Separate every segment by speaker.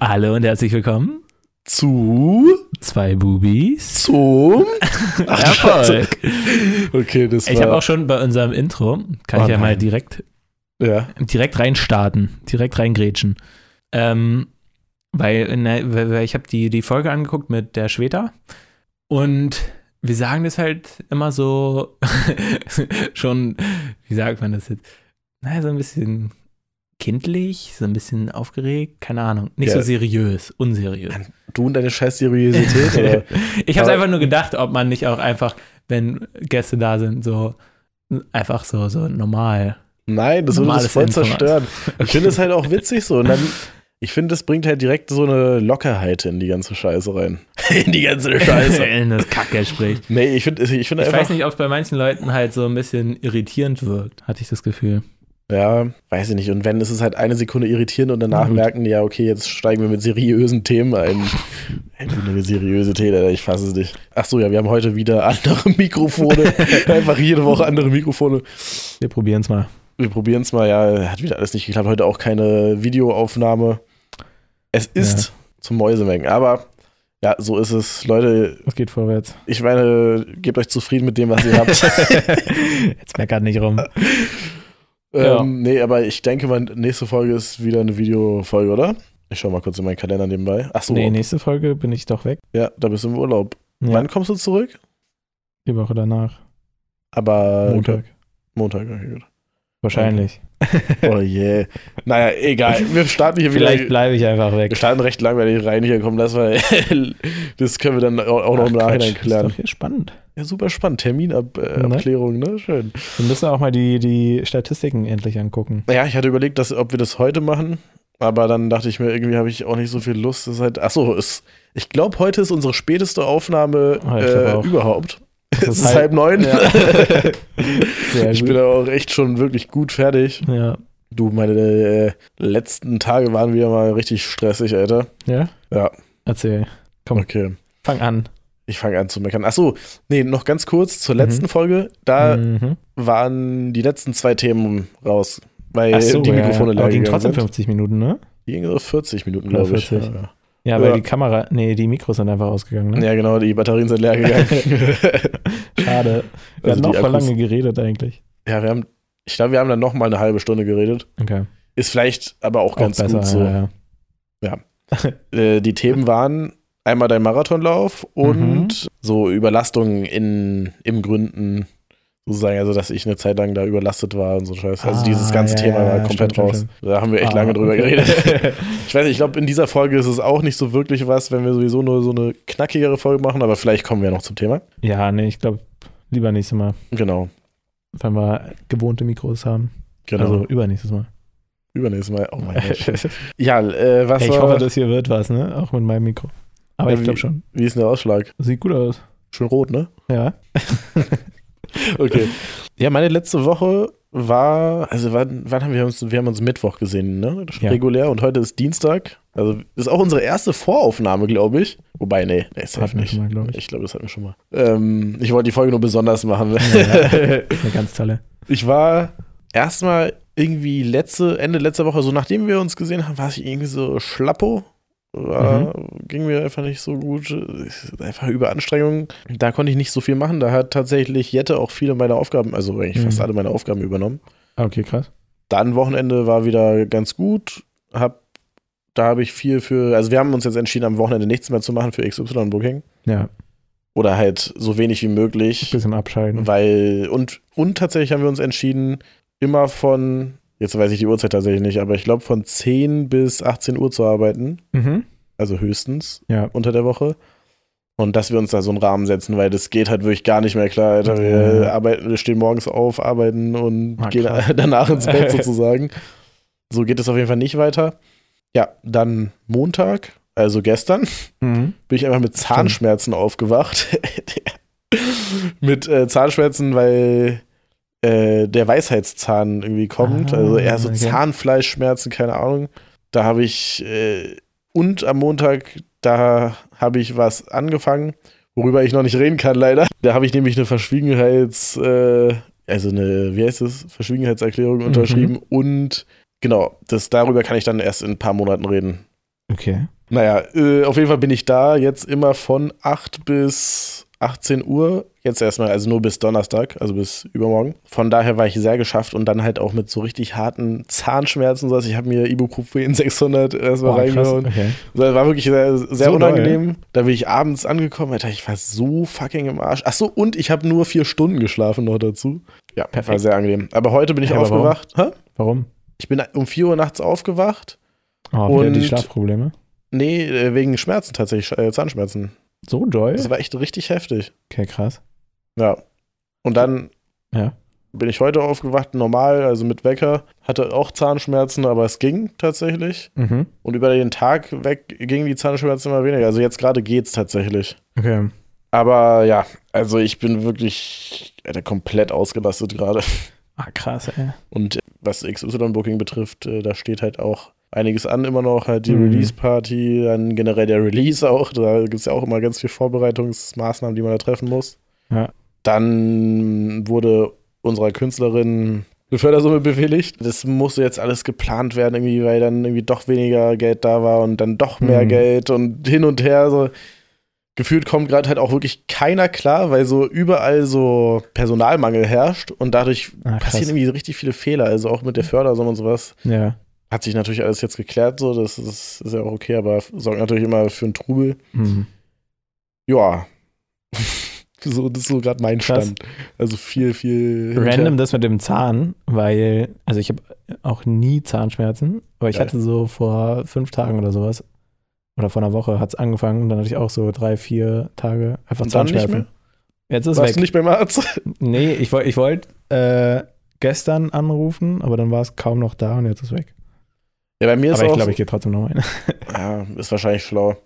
Speaker 1: Hallo und herzlich willkommen.
Speaker 2: Zu
Speaker 1: Zwei Bubis.
Speaker 2: zum
Speaker 1: Erfolg.
Speaker 2: Okay, das war.
Speaker 1: Ich habe auch schon bei unserem Intro, kann
Speaker 2: Oh
Speaker 1: ich ja mal
Speaker 2: nein.
Speaker 1: direkt,
Speaker 2: ja.
Speaker 1: direkt reinstarten, direkt reingrätschen. Ähm, weil, in der, weil weil ich habe die, die Folge angeguckt mit der Schweta und wir sagen das halt immer so schon, wie sagt man das jetzt? Naja, so ein bisschen kindlich, so ein bisschen aufgeregt, keine Ahnung. Nicht
Speaker 2: Ja.
Speaker 1: so seriös, unseriös.
Speaker 2: Du und deine scheiß Seriosität. oder?
Speaker 1: Ich habe
Speaker 2: Aber-
Speaker 1: es einfach nur gedacht, ob man nicht auch einfach, wenn Gäste da sind, so einfach so, so normal.
Speaker 2: Nein, das würde
Speaker 1: Normales
Speaker 2: das voll
Speaker 1: Intro.
Speaker 2: zerstören. Ich finde es halt auch witzig so. Und dann, ich finde, das bringt halt direkt so eine Lockerheit in die ganze Scheiße rein. In die ganze
Speaker 1: In das Kackgespräch.
Speaker 2: Nee, ich finde ich find
Speaker 1: Ich
Speaker 2: einfach.
Speaker 1: weiß nicht, ob es bei manchen Leuten halt so ein bisschen irritierend wirkt, hatte ich das Gefühl.
Speaker 2: Ja, weiß ich nicht. Und wenn, ist es halt eine Sekunde irritierend und danach
Speaker 1: Gut.
Speaker 2: merken die, ja, okay, jetzt steigen wir mit seriösen Themen ein. Ey, du eine Seriosität, Alter, ich fasse es nicht. Ach so, ja, wir haben heute wieder andere Mikrofone. Einfach jede Woche andere Mikrofone.
Speaker 1: Wir probieren es mal.
Speaker 2: Wir probieren es mal, ja, hat wieder alles nicht geklappt. Heute auch keine Videoaufnahme. Es ist zum Mäusemengen, aber ja, so ist es. Leute,
Speaker 1: Es geht vorwärts.
Speaker 2: ich meine, gebt euch zufrieden mit dem, was ihr habt.
Speaker 1: Jetzt meckert nicht rum. Ja.
Speaker 2: Ähm, nee, aber ich denke, meine nächste Folge ist wieder eine Videofolge, oder? Ich schau mal kurz in meinen Kalender nebenbei. Achso,
Speaker 1: Nee, nächste Folge bin ich doch weg.
Speaker 2: ja, da bist du im Urlaub.
Speaker 1: Ja.
Speaker 2: Wann kommst du zurück?
Speaker 1: Die Woche danach.
Speaker 2: Aber
Speaker 1: Montag.
Speaker 2: Montag, okay, gut.
Speaker 1: Wahrscheinlich.
Speaker 2: Oh je. Naja, egal. Wir starten hier
Speaker 1: Vielleicht
Speaker 2: wieder.
Speaker 1: bleibe ich einfach weg.
Speaker 2: Wir starten recht langweilig rein hier. Komm, lass mal. das können wir dann auch auch noch im
Speaker 1: Ach, Quatsch,
Speaker 2: Nachhinein
Speaker 1: Ist
Speaker 2: klären.
Speaker 1: doch hier spannend.
Speaker 2: Ja, super spannend.
Speaker 1: Ne?
Speaker 2: Terminabklärung, ne? Schön.
Speaker 1: Wir müssen auch mal die, die Statistiken endlich angucken.
Speaker 2: Naja, ich hatte überlegt, dass, ob wir das heute machen, aber dann dachte ich mir, irgendwie habe ich auch nicht so viel Lust. Das ist halt, achso, ist, ich glaube, heute ist unsere späteste Aufnahme
Speaker 1: Ah, ich glaub
Speaker 2: äh,
Speaker 1: auch.
Speaker 2: überhaupt.
Speaker 1: Das halt-
Speaker 2: Es ist halb neun.
Speaker 1: Ja. Sehr
Speaker 2: ich
Speaker 1: gut.
Speaker 2: bin aber auch echt schon wirklich gut fertig.
Speaker 1: Ja.
Speaker 2: Du, meine äh, letzten Tage waren wieder mal richtig stressig, Alter.
Speaker 1: Ja?
Speaker 2: Ja.
Speaker 1: Erzähl. Komm.
Speaker 2: Okay.
Speaker 1: Fang an.
Speaker 2: Ich fange an zu meckern. Achso, nee, noch ganz kurz zur
Speaker 1: Mhm.
Speaker 2: letzten Folge. Da
Speaker 1: mhm.
Speaker 2: waren die letzten zwei Themen raus, weil
Speaker 1: Ach so,
Speaker 2: die
Speaker 1: ja,
Speaker 2: Mikrofone
Speaker 1: ja.
Speaker 2: leer
Speaker 1: Aber ging
Speaker 2: gegangen
Speaker 1: trotzdem
Speaker 2: sind.
Speaker 1: 50 Minuten, ne?
Speaker 2: Die gingen so 40 Minuten,
Speaker 1: Oder
Speaker 2: glaube ich.
Speaker 1: 40.
Speaker 2: Ja.
Speaker 1: Ja, weil
Speaker 2: Ja.
Speaker 1: die Kamera, nee, die Mikros sind einfach ausgegangen, ne?
Speaker 2: Ja, genau, die Batterien sind leer gegangen.
Speaker 1: Schade. Wir
Speaker 2: Also
Speaker 1: haben noch
Speaker 2: die
Speaker 1: voll
Speaker 2: Akkus-
Speaker 1: lange geredet eigentlich.
Speaker 2: ja, wir haben, ich glaube, wir haben dann noch mal eine halbe Stunde geredet.
Speaker 1: Okay.
Speaker 2: Ist vielleicht aber auch, ganz
Speaker 1: besser,
Speaker 2: gut so.
Speaker 1: ja, ja.
Speaker 2: Äh, die Themen waren einmal dein Marathonlauf und
Speaker 1: Mhm.
Speaker 2: so Überlastungen in, im Gründen sozusagen, also dass ich eine Zeit lang da überlastet war und so Scheiß. Also
Speaker 1: Ah,
Speaker 2: dieses ganze
Speaker 1: ja,
Speaker 2: Thema
Speaker 1: ja,
Speaker 2: war
Speaker 1: ja,
Speaker 2: komplett
Speaker 1: stimmt,
Speaker 2: raus.
Speaker 1: stimmt,
Speaker 2: Da haben wir echt
Speaker 1: Ah,
Speaker 2: lange drüber
Speaker 1: okay.
Speaker 2: geredet. ich weiß nicht, ich glaube, in dieser Folge ist es auch nicht so wirklich was, wenn wir sowieso nur so eine knackigere Folge machen, aber vielleicht kommen wir noch zum Thema.
Speaker 1: Ja, nee, ich glaube, lieber nächstes Mal,
Speaker 2: Genau,
Speaker 1: wenn wir gewohnte Mikros haben.
Speaker 2: genau.
Speaker 1: Also übernächstes Mal.
Speaker 2: Übernächstes Mal. Oh mein Gott.
Speaker 1: Ey,
Speaker 2: Ja, äh, was
Speaker 1: ich
Speaker 2: war,
Speaker 1: hoffe, das hier wird was, ne? Auch mit meinem Mikro. Aber
Speaker 2: Ja,
Speaker 1: ich glaube schon.
Speaker 2: wie ist denn der Ausschlag?
Speaker 1: Sieht gut aus.
Speaker 2: Schön rot, ne?
Speaker 1: Ja.
Speaker 2: Okay. ja, meine letzte Woche war, also wann, wann haben wir uns, wir haben uns Mittwoch gesehen, ne?
Speaker 1: Ja.
Speaker 2: Regulär und heute ist Dienstag. Also ist auch unsere erste Voraufnahme, glaube ich. Wobei, nee, nee,
Speaker 1: Das hat
Speaker 2: safe
Speaker 1: mich
Speaker 2: nicht.
Speaker 1: mal, glaube ich.
Speaker 2: Ich glaube, das hatten wir schon mal. Ähm, ich wollte die Folge nur besonders machen.
Speaker 1: Das ist eine ganz tolle.
Speaker 2: ich war erstmal irgendwie letzte, Ende letzter Woche, so nachdem wir uns gesehen haben, war ich irgendwie so schlappo. War, Ging mir einfach nicht so gut. Einfach Überanstrengung. Da konnte ich nicht so viel machen. Da hat tatsächlich Jette auch viele meiner Aufgaben, also eigentlich fast
Speaker 1: Mhm.
Speaker 2: alle meine Aufgaben übernommen.
Speaker 1: Ah, Okay, krass.
Speaker 2: Dann Wochenende war wieder ganz gut. Hab, da habe ich viel für, also wir haben uns jetzt entschieden, am Wochenende nichts mehr zu machen für XY-Booking.
Speaker 1: Ja,
Speaker 2: Oder halt so wenig wie möglich.
Speaker 1: bisschen abschalten.
Speaker 2: Mhm. Weil, und, und tatsächlich haben wir uns entschieden, immer von, jetzt weiß ich die Uhrzeit tatsächlich nicht, aber ich glaube von 10 bis 18 Uhr zu arbeiten,
Speaker 1: Mhm.
Speaker 2: also höchstens
Speaker 1: Ja.
Speaker 2: unter der Woche. Und dass wir uns da so einen Rahmen setzen, weil das geht halt wirklich gar nicht mehr klar. Alter. Wir,
Speaker 1: Ja.
Speaker 2: arbeiten, wir stehen morgens auf, arbeiten und
Speaker 1: Ah,
Speaker 2: gehen
Speaker 1: krass.
Speaker 2: danach ins Bett sozusagen. So geht es auf jeden Fall nicht weiter. Ja, dann Montag, also gestern
Speaker 1: Mhm.
Speaker 2: bin ich einfach mit Zahnschmerzen aufgewacht. mit äh, Zahnschmerzen, weil äh, der Weisheitszahn irgendwie kommt.
Speaker 1: Ah,
Speaker 2: also eher so
Speaker 1: okay.
Speaker 2: Zahnfleischschmerzen, keine Ahnung. Da habe ich äh, und am Montag, da habe ich was angefangen, worüber ich noch nicht reden kann, leider. Da habe ich nämlich eine Verschwiegenheits, äh, also eine, wie heißt das,
Speaker 1: Mhm.
Speaker 2: Verschwiegenheitserklärung unterschrieben und genau, das darüber kann ich dann erst in ein paar Monaten reden.
Speaker 1: Okay.
Speaker 2: Naja, äh, auf jeden Fall bin ich da jetzt immer von 8 bis 18 Uhr. Jetzt erstmal, also nur bis Donnerstag, also bis übermorgen. Von daher war ich sehr geschafft und dann halt auch mit so richtig harten Zahnschmerzen. und sowas. Ich habe mir Ibuprofen 600 erstmal
Speaker 1: Boah, krass.
Speaker 2: reingehauen.
Speaker 1: Okay.
Speaker 2: So, Das war wirklich sehr, sehr
Speaker 1: So
Speaker 2: unangenehm. Da bin ich abends angekommen, Alter, ich war so fucking im Arsch. Ach so, und ich habe nur vier Stunden geschlafen noch dazu. Ja, war
Speaker 3: Perfekt.
Speaker 2: sehr angenehm. Aber heute bin ich
Speaker 1: Ja, aber warum?
Speaker 2: aufgewacht. Hä?
Speaker 1: Warum?
Speaker 2: Ich bin um 4 Uhr nachts aufgewacht.
Speaker 1: Oh, wieder
Speaker 2: Und-
Speaker 1: die Schlafprobleme.
Speaker 2: Nee, äh, wegen Schmerzen tatsächlich, Sch- äh, Zahnschmerzen.
Speaker 1: So doll?
Speaker 2: Das war echt richtig heftig.
Speaker 1: Okay, krass.
Speaker 2: Ja. Und dann
Speaker 1: Ja.
Speaker 2: bin ich heute aufgewacht, normal, also mit Wecker. Hatte auch Zahnschmerzen, aber es ging tatsächlich.
Speaker 1: Mhm.
Speaker 2: Und über den Tag weg gingen die Zahnschmerzen immer weniger. Also jetzt gerade geht's tatsächlich.
Speaker 1: Okay.
Speaker 2: Aber ja, also ich bin wirklich Alter, komplett ausgelastet gerade.
Speaker 1: Ah, krass, ey.
Speaker 2: Und was XY-Booking betrifft, äh, da steht halt auch einiges an immer noch. Halt die
Speaker 1: Mhm.
Speaker 2: Release-Party, dann generell der Release auch. Da gibt es ja auch immer ganz viel Vorbereitungsmaßnahmen, die man da treffen muss.
Speaker 1: Ja.
Speaker 2: Dann wurde unserer Künstlerin eine Fördersumme bewilligt. Das musste jetzt alles geplant werden, irgendwie, weil dann irgendwie doch weniger Geld da war und dann doch mehr
Speaker 1: Mhm.
Speaker 2: Geld und hin und her. So. Gefühlt kommt gerade halt auch wirklich keiner klar, weil so überall so Personalmangel herrscht und dadurch
Speaker 1: Ah,
Speaker 2: passieren
Speaker 1: krass.
Speaker 2: irgendwie richtig viele Fehler, also auch mit der Fördersumme und sowas.
Speaker 1: Ja.
Speaker 2: Hat sich natürlich alles jetzt geklärt, so, das ist, ist ja auch okay, aber sorgt natürlich immer für einen Trubel.
Speaker 1: Mhm.
Speaker 2: Ja. so, das ist so gerade mein
Speaker 1: Krass.
Speaker 2: Stand. Also viel, viel. hin und her.
Speaker 1: Random das mit dem Zahn, weil, also ich habe auch nie Zahnschmerzen, aber ich
Speaker 2: Geil.
Speaker 1: hatte so vor fünf Tagen oder sowas, oder vor einer Woche hat es angefangen und dann hatte ich auch so drei, vier Tage einfach
Speaker 2: Und dann nicht
Speaker 1: Zahnschmerzen.
Speaker 2: mehr?
Speaker 1: Jetzt ist
Speaker 2: Warst
Speaker 1: weg.
Speaker 2: du nicht beim Arzt?
Speaker 1: Nee, ich wollte ich wollt, äh, gestern anrufen, aber dann war es kaum noch da und jetzt ist weg.
Speaker 2: Ja, bei mir ist
Speaker 1: aber ich
Speaker 2: auch.
Speaker 1: glaube, ich gehe trotzdem noch mal hin.
Speaker 2: ja, ist wahrscheinlich schlau.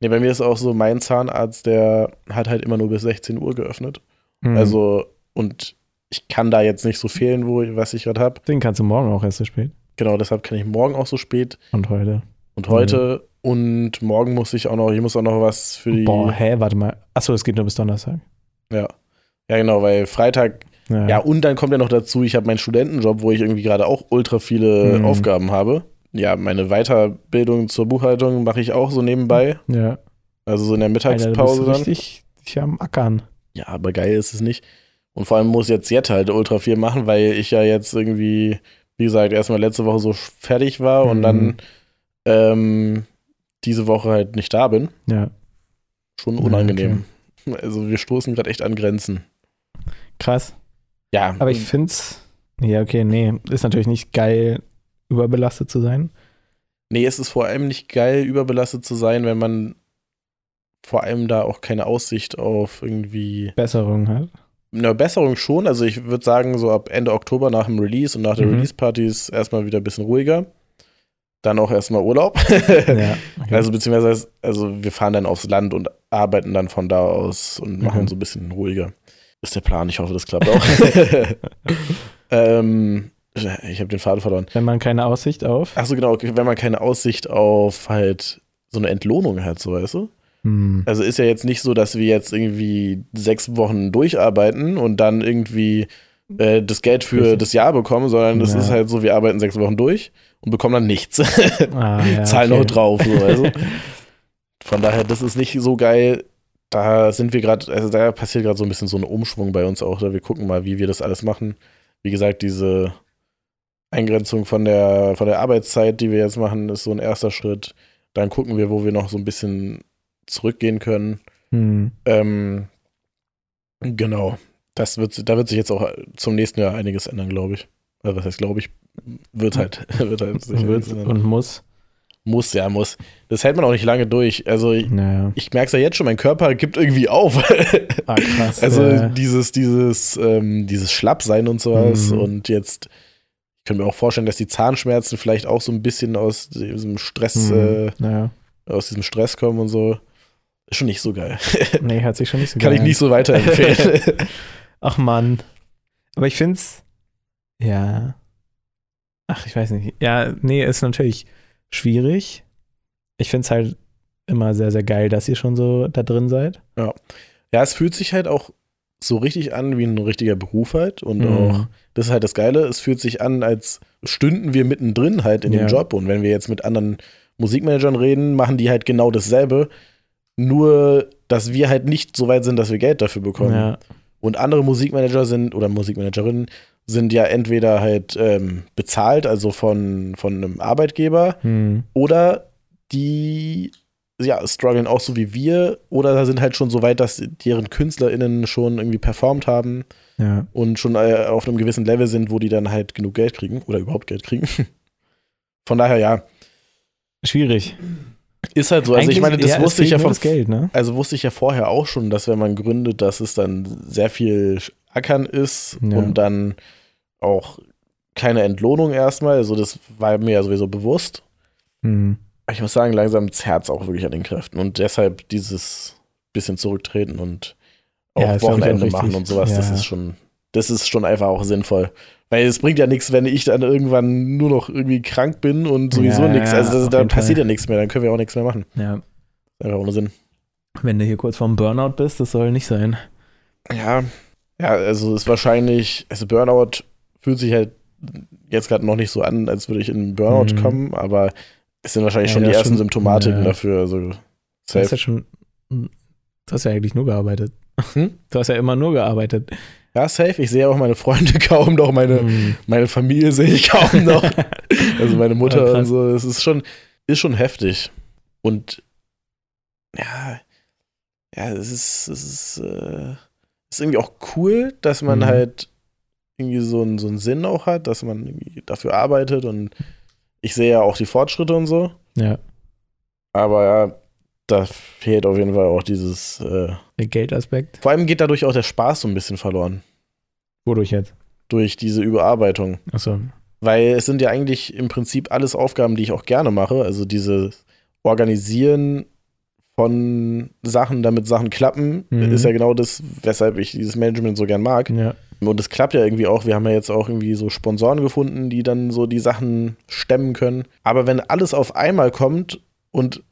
Speaker 2: Nee, bei mir ist auch so, mein Zahnarzt, der hat halt immer nur bis 16 Uhr geöffnet.
Speaker 1: Mhm.
Speaker 2: Also, und ich kann da jetzt nicht so fehlen, wo, ich- was ich gerade habe.
Speaker 1: Den kannst du morgen auch erst so spät.
Speaker 2: Genau, deshalb kann ich morgen auch so spät
Speaker 1: Und heute.
Speaker 2: und heute und morgen muss ich auch noch, ich muss auch noch was für die.
Speaker 1: Mhm. Boah, hä, warte mal. Achso, es geht nur bis Donnerstag.
Speaker 2: Ja. Ja, genau, weil Freitag,
Speaker 1: Ja.
Speaker 2: ja, und dann kommt ja noch dazu, ich habe meinen Studentenjob, wo ich irgendwie gerade auch ultra viele
Speaker 1: Mhm.
Speaker 2: Aufgaben habe. Ja, meine Weiterbildung zur Buchhaltung mache ich auch so nebenbei,
Speaker 1: ja.
Speaker 2: also so in der
Speaker 1: Alter, du
Speaker 2: Mittagspause
Speaker 1: bist
Speaker 2: dann.
Speaker 1: richtig dich am Ackern.
Speaker 2: Ja, aber geil ist es nicht. Und vor allem muss jetzt Jett halt ultra viel machen, weil ich ja jetzt irgendwie, wie gesagt, erstmal letzte Woche so sch- fertig war und
Speaker 1: Mhm.
Speaker 2: dann ähm, diese Woche halt nicht da bin.
Speaker 1: Ja.
Speaker 2: Schon
Speaker 1: Ja,
Speaker 2: unangenehm. Also wir stoßen gerade echt an Grenzen.
Speaker 1: Krass.
Speaker 2: Ja.
Speaker 1: Aber ich find's. Ja, okay, nee. Ist natürlich nicht geil, überbelastet zu sein.
Speaker 2: nee, es ist vor allem nicht geil, überbelastet zu sein, wenn man vor allem da auch keine Aussicht auf irgendwie
Speaker 1: Besserung halt.
Speaker 2: eine Besserung schon. Also ich würde sagen, so ab Ende Oktober nach dem Release und nach der
Speaker 1: Mhm.
Speaker 2: Release-Party ist erstmal wieder ein bisschen ruhiger. Dann auch erstmal Urlaub.
Speaker 1: Ja. Okay.
Speaker 2: Also beziehungsweise, also wir fahren dann aufs Land und arbeiten dann von da aus und machen
Speaker 1: Mhm.
Speaker 2: so ein bisschen ruhiger. Ist der Plan, ich hoffe, das klappt auch. ähm, ich habe den Faden verloren.
Speaker 1: Wenn man keine Aussicht auf.
Speaker 2: Achso, genau, wenn man keine Aussicht auf halt so eine Entlohnung hat, so weißt du?
Speaker 1: Hm.
Speaker 2: Also ist ja jetzt nicht so, dass wir jetzt irgendwie sechs Wochen durcharbeiten und dann irgendwie äh, das Geld für
Speaker 1: Richtig.
Speaker 2: das Jahr bekommen, sondern es
Speaker 1: Ja.
Speaker 2: ist halt so, wir arbeiten sechs Wochen durch und bekommen dann nichts.
Speaker 1: Ah, ja,
Speaker 2: Zahl
Speaker 1: okay.
Speaker 2: noch drauf. So, also. Von daher, das ist nicht so geil. Da sind wir gerade, also da passiert gerade so ein bisschen so ein Umschwung bei uns auch. Da wir gucken mal, wie wir das alles machen. Wie gesagt, diese Eingrenzung von der, von der Arbeitszeit, die wir jetzt machen, ist so ein erster Schritt. Dann gucken wir, wo wir noch so ein bisschen zurückgehen können.
Speaker 1: Hm.
Speaker 2: Ähm, genau. Das wird, da wird sich jetzt auch zum nächsten Jahr einiges ändern, glaube ich. Also was heißt, glaube ich, wird halt, wird halt sich
Speaker 1: Will's
Speaker 2: ändern.
Speaker 1: und muss.
Speaker 2: Muss, ja, muss. Das hält man auch nicht lange durch. Also ich,
Speaker 1: Naja.
Speaker 2: ich merke es ja jetzt schon, mein Körper gibt irgendwie auf.
Speaker 1: Ah, krass.
Speaker 2: also
Speaker 1: äh,
Speaker 2: dieses, dieses, ähm, dieses Schlappsein und sowas.
Speaker 1: Mhm.
Speaker 2: Und jetzt, ich könnte mir auch vorstellen, dass die Zahnschmerzen vielleicht auch so ein bisschen aus diesem Stress,
Speaker 1: hm. naja.
Speaker 2: äh, aus diesem Stress kommen und so. Ist schon nicht so geil.
Speaker 1: Nee, hört sich schon nicht so
Speaker 2: Kann
Speaker 1: geil
Speaker 2: ich nicht so weiterempfehlen.
Speaker 1: Ach Mann. Aber ich find's. Ja. Ach, ich weiß nicht. Ja, nee, ist natürlich schwierig. Ich find's halt immer sehr, sehr geil, dass ihr schon so da drin seid.
Speaker 2: ja, es fühlt sich halt auch so richtig an wie ein richtiger Beruf halt und
Speaker 1: Mhm.
Speaker 2: auch Das ist halt das Geile. Es fühlt sich an, als stünden wir mittendrin halt in
Speaker 1: Ja.
Speaker 2: dem Job. Und wenn wir jetzt mit anderen Musikmanagern reden, machen die halt genau dasselbe. Nur, dass wir halt nicht so weit sind, dass wir Geld dafür bekommen.
Speaker 3: Ja.
Speaker 2: Und andere Musikmanager sind oder Musikmanagerinnen sind ja entweder halt ähm, bezahlt, also von, von einem Arbeitgeber,
Speaker 1: Mhm.
Speaker 3: Hm.
Speaker 2: oder die ja, strugglen auch so wie wir, oder sind halt schon so weit, dass deren KünstlerInnen schon irgendwie performt haben
Speaker 3: Ja.
Speaker 2: und schon äh, auf einem gewissen Level sind, wo die dann halt genug Geld kriegen oder überhaupt Geld kriegen. Von daher, ja,
Speaker 1: Schwierig.
Speaker 2: ist halt so. Also ich
Speaker 1: Eigentlich-
Speaker 2: meine, das
Speaker 1: ja, es
Speaker 2: wusste ich
Speaker 1: fehlt nur
Speaker 2: ja von
Speaker 1: das Geld, ne?
Speaker 2: Also wusste ich ja vorher auch schon, dass wenn man gründet, dass es dann sehr viel Ackern ist
Speaker 1: Ja.
Speaker 2: und dann auch keine Entlohnung erstmal. Also das war mir ja sowieso bewusst.
Speaker 1: Hm.
Speaker 2: Aber ich muss sagen, langsam zerrt auch wirklich an den Kräften und deshalb dieses bisschen zurücktreten und auch
Speaker 1: Ja, das glaub ich auch
Speaker 2: Wochenende
Speaker 1: richtig.
Speaker 2: machen und sowas, das
Speaker 1: Ja.
Speaker 2: ist schon, das ist schon einfach auch sinnvoll. Weil es bringt ja nichts, wenn ich dann irgendwann nur noch irgendwie krank bin und sowieso
Speaker 1: Ja,
Speaker 2: nichts.
Speaker 1: ja,
Speaker 2: Also das,
Speaker 1: auf
Speaker 2: dann
Speaker 1: jeden Fall.
Speaker 2: passiert ja nichts mehr, dann können wir auch nichts mehr machen.
Speaker 3: ja.
Speaker 2: Einfach ohne Sinn.
Speaker 3: Wenn du hier kurz vorm Burnout bist, das soll nicht sein.
Speaker 2: Ja, ja, also ist wahrscheinlich, also Burnout fühlt sich halt jetzt gerade noch nicht so an, als würde ich in einen Burnout
Speaker 3: Mhm.
Speaker 2: kommen, aber es sind wahrscheinlich
Speaker 3: Ja,
Speaker 2: schon die
Speaker 3: das
Speaker 2: ersten
Speaker 3: schon-
Speaker 2: Symptomatiken
Speaker 3: ja.
Speaker 2: dafür. Also
Speaker 3: Du hast ja
Speaker 2: safe.
Speaker 3: schon. hm, Du hast ja eigentlich nur gearbeitet.
Speaker 2: Hm?
Speaker 3: Du hast ja immer nur gearbeitet.
Speaker 2: Ja, safe. Ich sehe auch meine Freunde kaum noch,
Speaker 1: Mhm.
Speaker 2: meine,
Speaker 3: Hm.
Speaker 2: meine Familie sehe ich kaum noch. also meine
Speaker 3: Ja,
Speaker 2: Mutter und
Speaker 3: krass.
Speaker 2: so. Es ist schon, ist schon heftig. Und ja, ja, es ist, es ist, äh, ist irgendwie auch cool, dass man
Speaker 3: Mhm.
Speaker 2: halt irgendwie so einen, so einen Sinn auch hat, dass man irgendwie dafür arbeitet und ich sehe ja auch die Fortschritte und so.
Speaker 3: Ja.
Speaker 2: Aber ja, da fehlt auf jeden Fall auch dieses. Äh,
Speaker 3: Der Geldaspekt.
Speaker 2: vor allem geht dadurch auch der Spaß so ein bisschen verloren.
Speaker 3: Wodurch jetzt?
Speaker 2: Durch diese Überarbeitung.
Speaker 3: Achso.
Speaker 2: Weil es sind ja eigentlich im Prinzip alles Aufgaben, die ich auch gerne mache. Also dieses Organisieren von Sachen, damit Sachen klappen,
Speaker 3: Mhm.
Speaker 2: ist ja genau das, weshalb ich dieses Management so gern mag.
Speaker 3: Ja.
Speaker 2: Und es klappt ja irgendwie auch. Wir haben ja jetzt auch irgendwie so Sponsoren gefunden, die dann so die Sachen stemmen können. Aber wenn alles auf einmal kommt und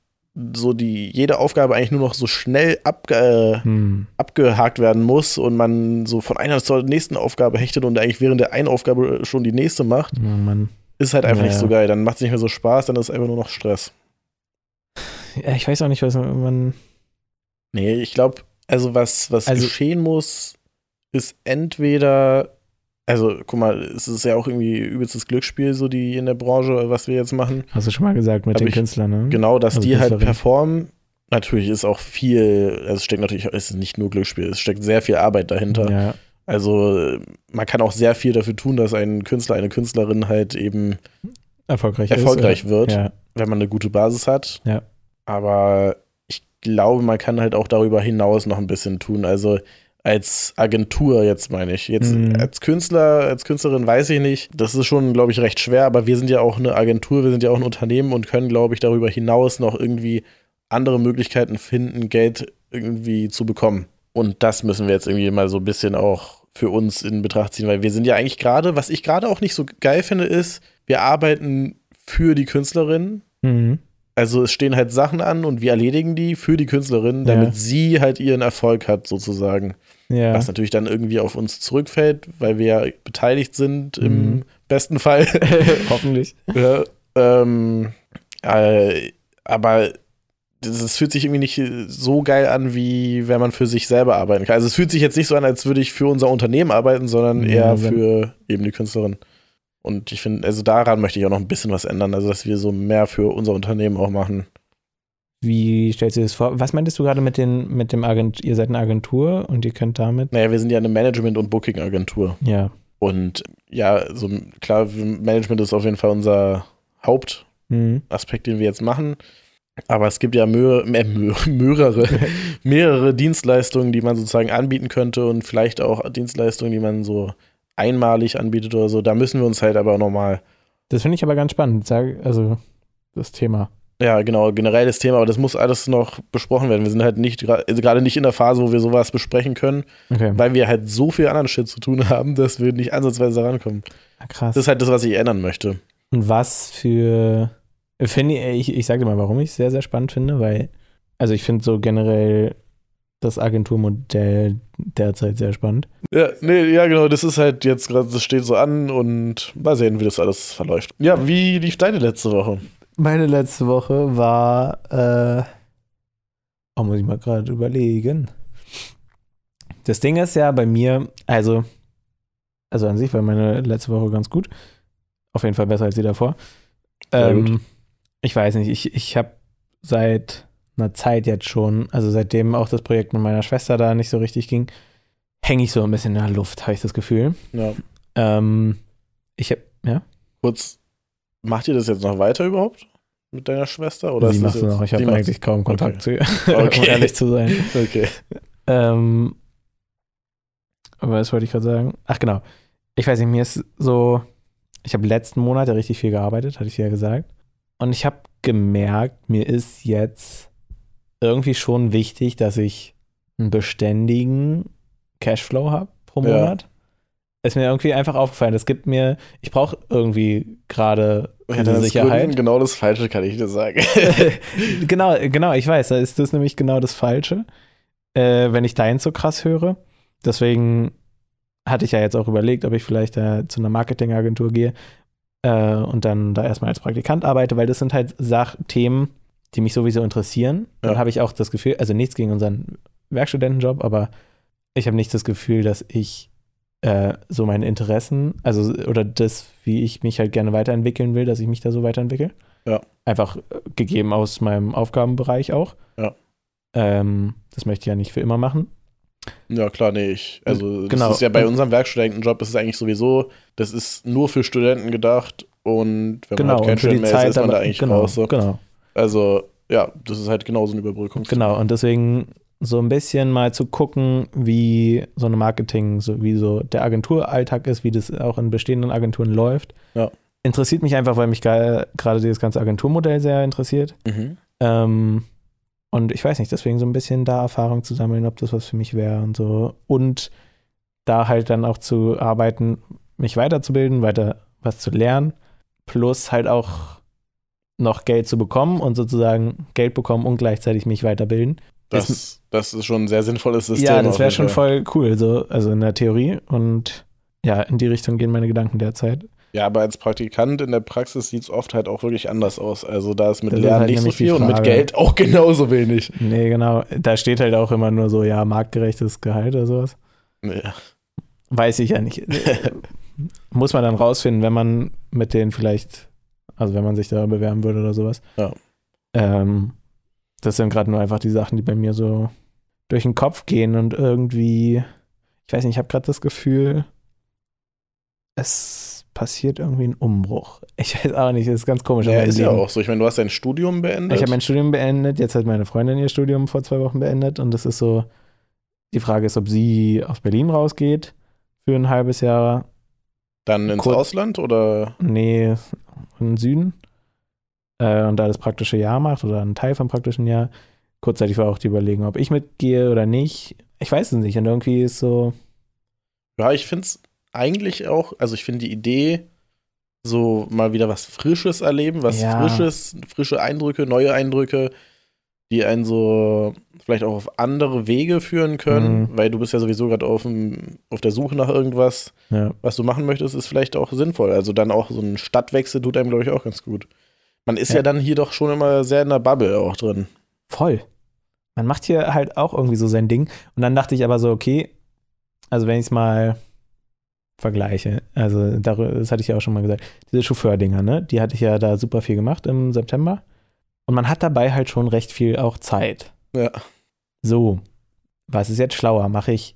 Speaker 2: so die jede Aufgabe eigentlich nur noch so schnell abge äh,
Speaker 3: Hm.
Speaker 2: abgehakt werden muss und man so von einer zur nächsten Aufgabe hechtet und eigentlich während der einen Aufgabe schon die nächste macht,
Speaker 3: Oh Mann.
Speaker 2: ist halt einfach
Speaker 3: Ja,
Speaker 2: nicht so
Speaker 3: ja.
Speaker 2: geil. Dann macht es nicht mehr so Spaß, dann ist es einfach nur noch Stress.
Speaker 3: Ja, ich weiß auch nicht, was man.
Speaker 2: Nee, ich glaube, also was, was
Speaker 3: Also-
Speaker 2: geschehen muss, ist entweder, also guck mal, es ist ja auch irgendwie übelstes Glücksspiel, so die in der Branche, was wir jetzt machen.
Speaker 3: Hast du schon mal gesagt mit
Speaker 2: Hab
Speaker 3: den
Speaker 2: ich-
Speaker 3: Künstlern, ne?
Speaker 2: Genau, dass
Speaker 3: Also
Speaker 2: die halt
Speaker 3: Künstlerin.
Speaker 2: performen. Natürlich ist auch viel, also es steckt natürlich, es ist nicht nur Glücksspiel, es steckt sehr viel Arbeit dahinter.
Speaker 3: Ja.
Speaker 2: Also äh, man kann auch sehr viel dafür tun, dass ein Künstler, eine Künstlerin halt eben
Speaker 3: Erfolgreich.
Speaker 2: erfolgreich
Speaker 3: ist,
Speaker 2: wird,
Speaker 3: Ja.
Speaker 2: wenn man eine gute Basis hat.
Speaker 3: Ja.
Speaker 2: Aber ich glaube, man kann halt auch darüber hinaus noch ein bisschen tun. Also als Agentur jetzt meine ich. Jetzt
Speaker 3: Mhm.
Speaker 2: als Künstler, als Künstlerin weiß ich nicht. Das ist schon, glaube ich, recht schwer, aber wir sind ja auch eine Agentur, wir sind ja auch ein Unternehmen und können, glaube ich, darüber hinaus noch irgendwie andere Möglichkeiten finden, Geld irgendwie zu bekommen. Und das müssen wir jetzt irgendwie mal so ein bisschen auch für uns in Betracht ziehen, weil wir sind ja eigentlich gerade, was ich gerade auch nicht so geil finde, ist, wir arbeiten für die Künstlerin.
Speaker 3: Mhm.
Speaker 2: Also es stehen halt Sachen an und wir erledigen die für die Künstlerin, damit
Speaker 3: Ja.
Speaker 2: sie halt ihren Erfolg hat, sozusagen.
Speaker 3: Ja.
Speaker 2: Was natürlich dann irgendwie auf uns zurückfällt, weil wir ja beteiligt sind im
Speaker 3: Mhm.
Speaker 2: besten Fall.
Speaker 3: Hoffentlich.
Speaker 2: ja, ähm, äh, aber das, es fühlt sich irgendwie nicht so geil an, wie wenn man für sich selber arbeiten kann. Also es fühlt sich jetzt nicht so an, als würde ich für unser Unternehmen arbeiten, sondern
Speaker 3: Ja,
Speaker 2: eher
Speaker 3: wenn-
Speaker 2: für eben die Künstlerin. Und ich finde, also daran möchte ich auch noch ein bisschen was ändern, also dass wir so mehr für unser Unternehmen auch machen.
Speaker 3: Wie stellst du das vor? Was meintest du gerade mit den, mit dem Agent, ihr seid eine Agentur und ihr könnt damit.
Speaker 2: Naja, wir sind ja eine Management- und Booking-Agentur.
Speaker 3: Ja.
Speaker 2: Und ja, so klar, Management ist auf jeden Fall unser Haupt,
Speaker 3: Mhm.
Speaker 2: Aspekt, den wir jetzt machen. Aber es gibt ja mö äh, mö mehrere, mehrere Dienstleistungen, die man sozusagen anbieten könnte und vielleicht auch Dienstleistungen, die man so einmalig anbietet oder so. Da müssen wir uns halt aber nochmal,
Speaker 3: Das finde ich aber ganz spannend. Sag, also, das Thema.
Speaker 2: ja genau, generelles Thema, aber das muss alles noch besprochen werden. Wir sind halt nicht gra- also gerade nicht in der Phase, wo wir sowas besprechen können,
Speaker 3: Okay.
Speaker 2: weil wir halt so viel anderen Shit zu tun haben, dass wir nicht ansatzweise rankommen.
Speaker 3: Ah, krass.
Speaker 2: Das ist halt das, was ich ändern möchte.
Speaker 3: Und was für. Finde ich, ich, ich sage dir mal, warum ich es sehr, sehr spannend finde, weil. Also, ich finde so generell das Agenturmodell derzeit sehr spannend.
Speaker 2: Ja, nee, ja, genau, das ist halt jetzt gerade, das steht so an und mal sehen, wie das alles verläuft. Ja, wie lief deine letzte Woche?
Speaker 1: Meine letzte Woche war, äh, oh, muss ich mal gerade überlegen. Das Ding ist ja bei mir, also, also an sich war meine letzte Woche ganz gut. Auf jeden Fall besser als die davor.
Speaker 2: Sehr gut.
Speaker 1: Ähm, ich weiß nicht, ich, ich habe seit einer Zeit jetzt schon, also seitdem auch das Projekt mit meiner Schwester da nicht so richtig ging, hänge ich so ein bisschen in der Luft, habe ich das Gefühl.
Speaker 2: Ja.
Speaker 1: Ähm, ich habe, ja,
Speaker 2: Kurz, macht ihr das jetzt noch weiter überhaupt? Mit deiner Schwester? Oder
Speaker 1: sie
Speaker 2: ist
Speaker 1: macht
Speaker 2: das
Speaker 1: es
Speaker 2: jetzt-
Speaker 1: noch, ich
Speaker 2: die
Speaker 1: habe
Speaker 2: macht's-
Speaker 1: eigentlich kaum Kontakt
Speaker 2: Okay.
Speaker 1: zu ihr, um
Speaker 2: Okay.
Speaker 1: ehrlich zu sein.
Speaker 2: Okay.
Speaker 1: Ähm, aber das wollte ich gerade sagen. Ach genau. Ich weiß nicht, mir ist so, ich habe letzten Monat ja richtig viel gearbeitet, hatte ich ja gesagt. Und ich habe gemerkt, mir ist jetzt irgendwie schon wichtig, dass ich einen beständigen Cashflow habe pro
Speaker 2: Ja.
Speaker 1: Monat. Ist mir irgendwie einfach aufgefallen. Das gibt mir, ich brauche irgendwie gerade diese
Speaker 2: Ja, dann ist Gründen
Speaker 1: Sicherheit.
Speaker 2: genau das Falsche, kann ich dir sagen.
Speaker 1: genau, genau, ich weiß, da ist das nämlich genau das Falsche, äh, wenn ich deinen so krass höre. Deswegen hatte ich ja jetzt auch überlegt, ob ich vielleicht äh, zu einer Marketingagentur gehe äh, und dann da erstmal als Praktikant arbeite, weil das sind halt Sachthemen, die mich sowieso interessieren. Dann
Speaker 2: Ja.
Speaker 1: habe ich auch das Gefühl, also nichts gegen unseren Werkstudentenjob, aber ich habe nicht das Gefühl, dass ich äh, so meine Interessen, also oder das, wie ich mich halt gerne weiterentwickeln will, dass ich mich da so weiterentwickle.
Speaker 2: Ja.
Speaker 1: Einfach äh, gegeben aus meinem Aufgabenbereich auch.
Speaker 2: Ja.
Speaker 1: Ähm, das möchte ich ja nicht für immer machen.
Speaker 2: Ja, klar, nee, ich. Also,
Speaker 1: Genau.
Speaker 2: das ist ja bei
Speaker 1: Und-
Speaker 2: unserem Werkstudentenjob, ist es eigentlich sowieso, das ist nur für Studenten gedacht und wenn man halt kein
Speaker 1: Genau, und für
Speaker 2: Student
Speaker 1: die
Speaker 2: mehr ist,
Speaker 1: Zeit
Speaker 2: ist man
Speaker 1: aber-
Speaker 2: da eigentlich
Speaker 1: genau,
Speaker 2: raus. So.
Speaker 1: genau,
Speaker 2: Also, ja, das ist halt genau so eine Überbrückung.
Speaker 1: genau. Und deswegen so ein bisschen mal zu gucken, wie so eine Marketing, so wie so der Agenturalltag ist, wie das auch in bestehenden Agenturen läuft.
Speaker 2: Ja.
Speaker 1: Interessiert mich einfach, weil mich ge- gerade dieses ganze Agenturmodell sehr interessiert.
Speaker 2: Mhm.
Speaker 1: Ähm, und ich weiß nicht, deswegen so ein bisschen da Erfahrung zu sammeln, ob das was für mich wäre und so. Und da halt dann auch zu arbeiten, mich weiterzubilden, weiter was zu lernen, plus halt auch noch Geld zu bekommen und sozusagen Geld bekommen und gleichzeitig mich weiterbilden.
Speaker 2: Das, das ist schon ein sehr sinnvolles System.
Speaker 1: ja, das
Speaker 2: auf
Speaker 1: wäre
Speaker 2: jeden
Speaker 1: schon
Speaker 2: Fall.
Speaker 1: voll cool, so, also in der Theorie. Und ja, in die Richtung gehen meine Gedanken derzeit.
Speaker 2: Ja, aber als Praktikant in der Praxis sieht es oft halt auch wirklich anders aus. Also, da ist mit
Speaker 1: Das ist
Speaker 2: Lernen
Speaker 1: halt
Speaker 2: nicht so
Speaker 1: nämlich die
Speaker 2: viel und mit
Speaker 1: Frage.
Speaker 2: Geld auch genauso wenig.
Speaker 1: Nee, genau. Da steht halt auch immer nur so, ja, marktgerechtes Gehalt oder sowas.
Speaker 2: Ja.
Speaker 1: Weiß ich ja nicht. Muss man dann rausfinden, wenn man mit denen vielleicht, also wenn man sich da bewerben würde oder sowas.
Speaker 2: Ja.
Speaker 1: Ähm, das sind gerade nur einfach die Sachen, die bei mir so durch den Kopf gehen und irgendwie, ich weiß nicht, ich habe gerade das Gefühl, es passiert irgendwie ein Umbruch. Ich weiß auch nicht, das ist ganz komisch.
Speaker 2: Ja,
Speaker 1: aber
Speaker 2: ist ja
Speaker 1: irgendwie-
Speaker 2: auch so. Ich meine, du hast dein Studium beendet.
Speaker 1: ich habe mein Studium beendet, jetzt hat meine Freundin ihr Studium vor zwei Wochen beendet und das ist so, die Frage ist, ob sie aus Berlin rausgeht für ein halbes Jahr.
Speaker 2: Dann ins
Speaker 1: kurz-
Speaker 2: Ausland oder?
Speaker 1: Nee, im Süden. Äh, und da das praktische Jahr macht oder einen Teil vom praktischen Jahr. Kurzzeitig war auch die Überlegung, ob ich mitgehe oder nicht. Ich weiß es nicht. Und irgendwie ist so,
Speaker 2: Ja, ich finde es eigentlich auch, also ich finde die Idee, so mal wieder was Frisches erleben, was
Speaker 1: Ja.
Speaker 2: Frisches, frische Eindrücke, neue Eindrücke, die einen so vielleicht auch auf andere Wege führen
Speaker 1: Mhm.
Speaker 2: können, weil du bist ja sowieso gerade auf, dem- auf der Suche nach irgendwas,
Speaker 1: ja,
Speaker 2: was du machen möchtest, ist vielleicht auch sinnvoll. Also dann auch so ein Stadtwechsel tut einem, glaube ich, auch ganz gut. Man ist ja.
Speaker 1: Ja.
Speaker 2: dann hier doch schon immer sehr in der Bubble auch drin.
Speaker 1: voll. Man macht hier halt auch irgendwie so sein Ding. Und dann dachte ich aber so, okay, also wenn ich es mal vergleiche, also darü- das hatte ich ja auch schon mal gesagt, diese Chauffeurdinger, ne, die hatte ich ja da super viel gemacht im September. Und man hat dabei halt schon recht viel auch Zeit.
Speaker 2: Ja.
Speaker 1: So, was ist jetzt schlauer? Mache ich,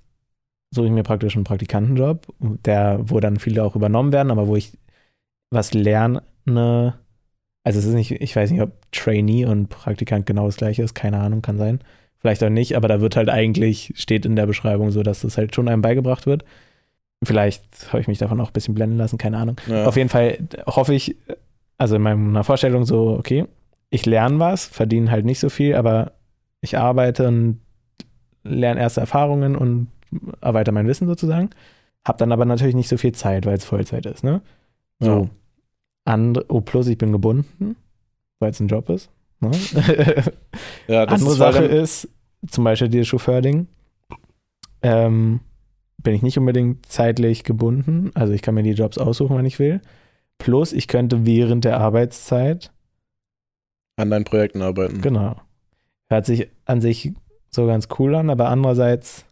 Speaker 1: suche ich mir praktisch einen Praktikantenjob, der, wo dann viele auch übernommen werden, aber wo ich was lerne. Also es ist nicht, ich weiß nicht, ob Trainee und Praktikant genau das gleiche ist, keine Ahnung, kann sein. Vielleicht auch nicht, aber da wird halt eigentlich, steht in der Beschreibung so, dass das halt schon einem beigebracht wird. Vielleicht habe ich mich davon auch ein bisschen blenden lassen, keine Ahnung.
Speaker 2: Ja.
Speaker 1: Auf jeden Fall hoffe ich, also in meiner Vorstellung so, okay, ich lerne was, verdiene halt nicht so viel, aber ich arbeite und lerne erste Erfahrungen und erweitere mein Wissen sozusagen. Hab dann aber natürlich nicht so viel Zeit, weil es Vollzeit ist, ne? So.
Speaker 2: Ja.
Speaker 1: Andere, oh, plus ich bin gebunden, weil es ein Job ist. Ne?
Speaker 2: ja,
Speaker 1: Andere
Speaker 2: das ist voll
Speaker 1: Sache
Speaker 2: dann-
Speaker 1: ist, zum Beispiel dieses Chauffeurding, ähm, bin ich nicht unbedingt zeitlich gebunden. Also ich kann mir die Jobs aussuchen, wann ich will. Plus, ich könnte während der Arbeitszeit
Speaker 2: an deinen Projekten arbeiten.
Speaker 1: Genau. Hört sich an sich so ganz cool an, aber andererseits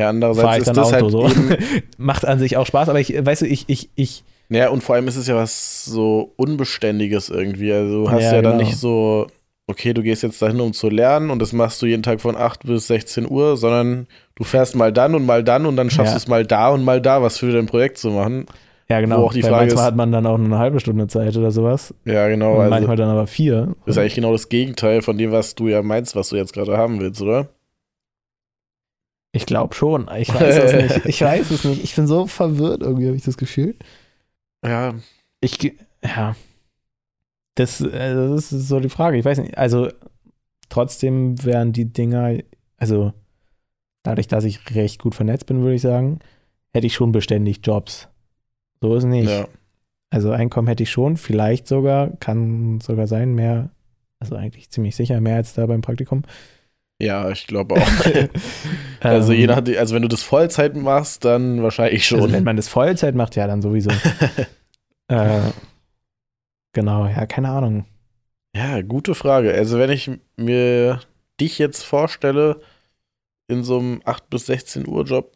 Speaker 1: fahre ich
Speaker 2: andererseits ist
Speaker 1: dann
Speaker 2: das
Speaker 1: Auto
Speaker 2: halt
Speaker 1: so.
Speaker 2: eben,
Speaker 1: Macht an sich auch Spaß, aber ich, weißt du, ich, ich, ich,
Speaker 2: ja, und vor allem ist es ja was so Unbeständiges irgendwie. Also du hast
Speaker 1: Ja,
Speaker 2: ja, dann
Speaker 1: genau.
Speaker 2: nicht so, okay, du gehst jetzt dahin, um zu lernen und das machst du jeden Tag von 8 bis 16 Uhr, sondern du fährst mal dann und mal dann und dann schaffst
Speaker 1: Ja.
Speaker 2: du es mal da und mal da, was für dein Projekt zu machen.
Speaker 1: ja genau,
Speaker 2: Wo auch die
Speaker 1: weil
Speaker 2: Frage
Speaker 1: manchmal
Speaker 2: ist-
Speaker 1: hat man dann auch nur eine halbe Stunde Zeit oder sowas.
Speaker 2: Ja, genau.
Speaker 1: und
Speaker 2: also
Speaker 1: manchmal dann aber vier.
Speaker 2: Das ist eigentlich genau das Gegenteil von dem, was du ja meinst, was du jetzt gerade haben willst, oder?
Speaker 1: Ich glaube schon. Ich weiß es nicht. Ich weiß es nicht. Ich bin so verwirrt irgendwie, habe ich das Gefühl.
Speaker 2: Ja.
Speaker 1: Ich, ge- ja. Das, äh, das ist so die Frage. Ich weiß nicht. Also, trotzdem wären die Dinger, also, dadurch, dass ich recht gut vernetzt bin, würde ich sagen, hätte ich schon beständig Jobs. So ist nicht.
Speaker 2: ja.
Speaker 1: Also, Einkommen hätte ich schon. Vielleicht sogar, kann sogar sein, mehr. Also, eigentlich ziemlich sicher mehr als da beim Praktikum.
Speaker 2: Ja, ich glaube auch. also je
Speaker 1: Ähm,
Speaker 2: nachdem, also wenn du das Vollzeit machst, dann wahrscheinlich
Speaker 1: Also wenn
Speaker 2: schon.
Speaker 1: man das Vollzeit macht, ja, dann sowieso. äh, genau, ja, keine Ahnung.
Speaker 2: ja, gute Frage. Also wenn ich mir dich jetzt vorstelle in so einem 8 bis 16 Uhr Job,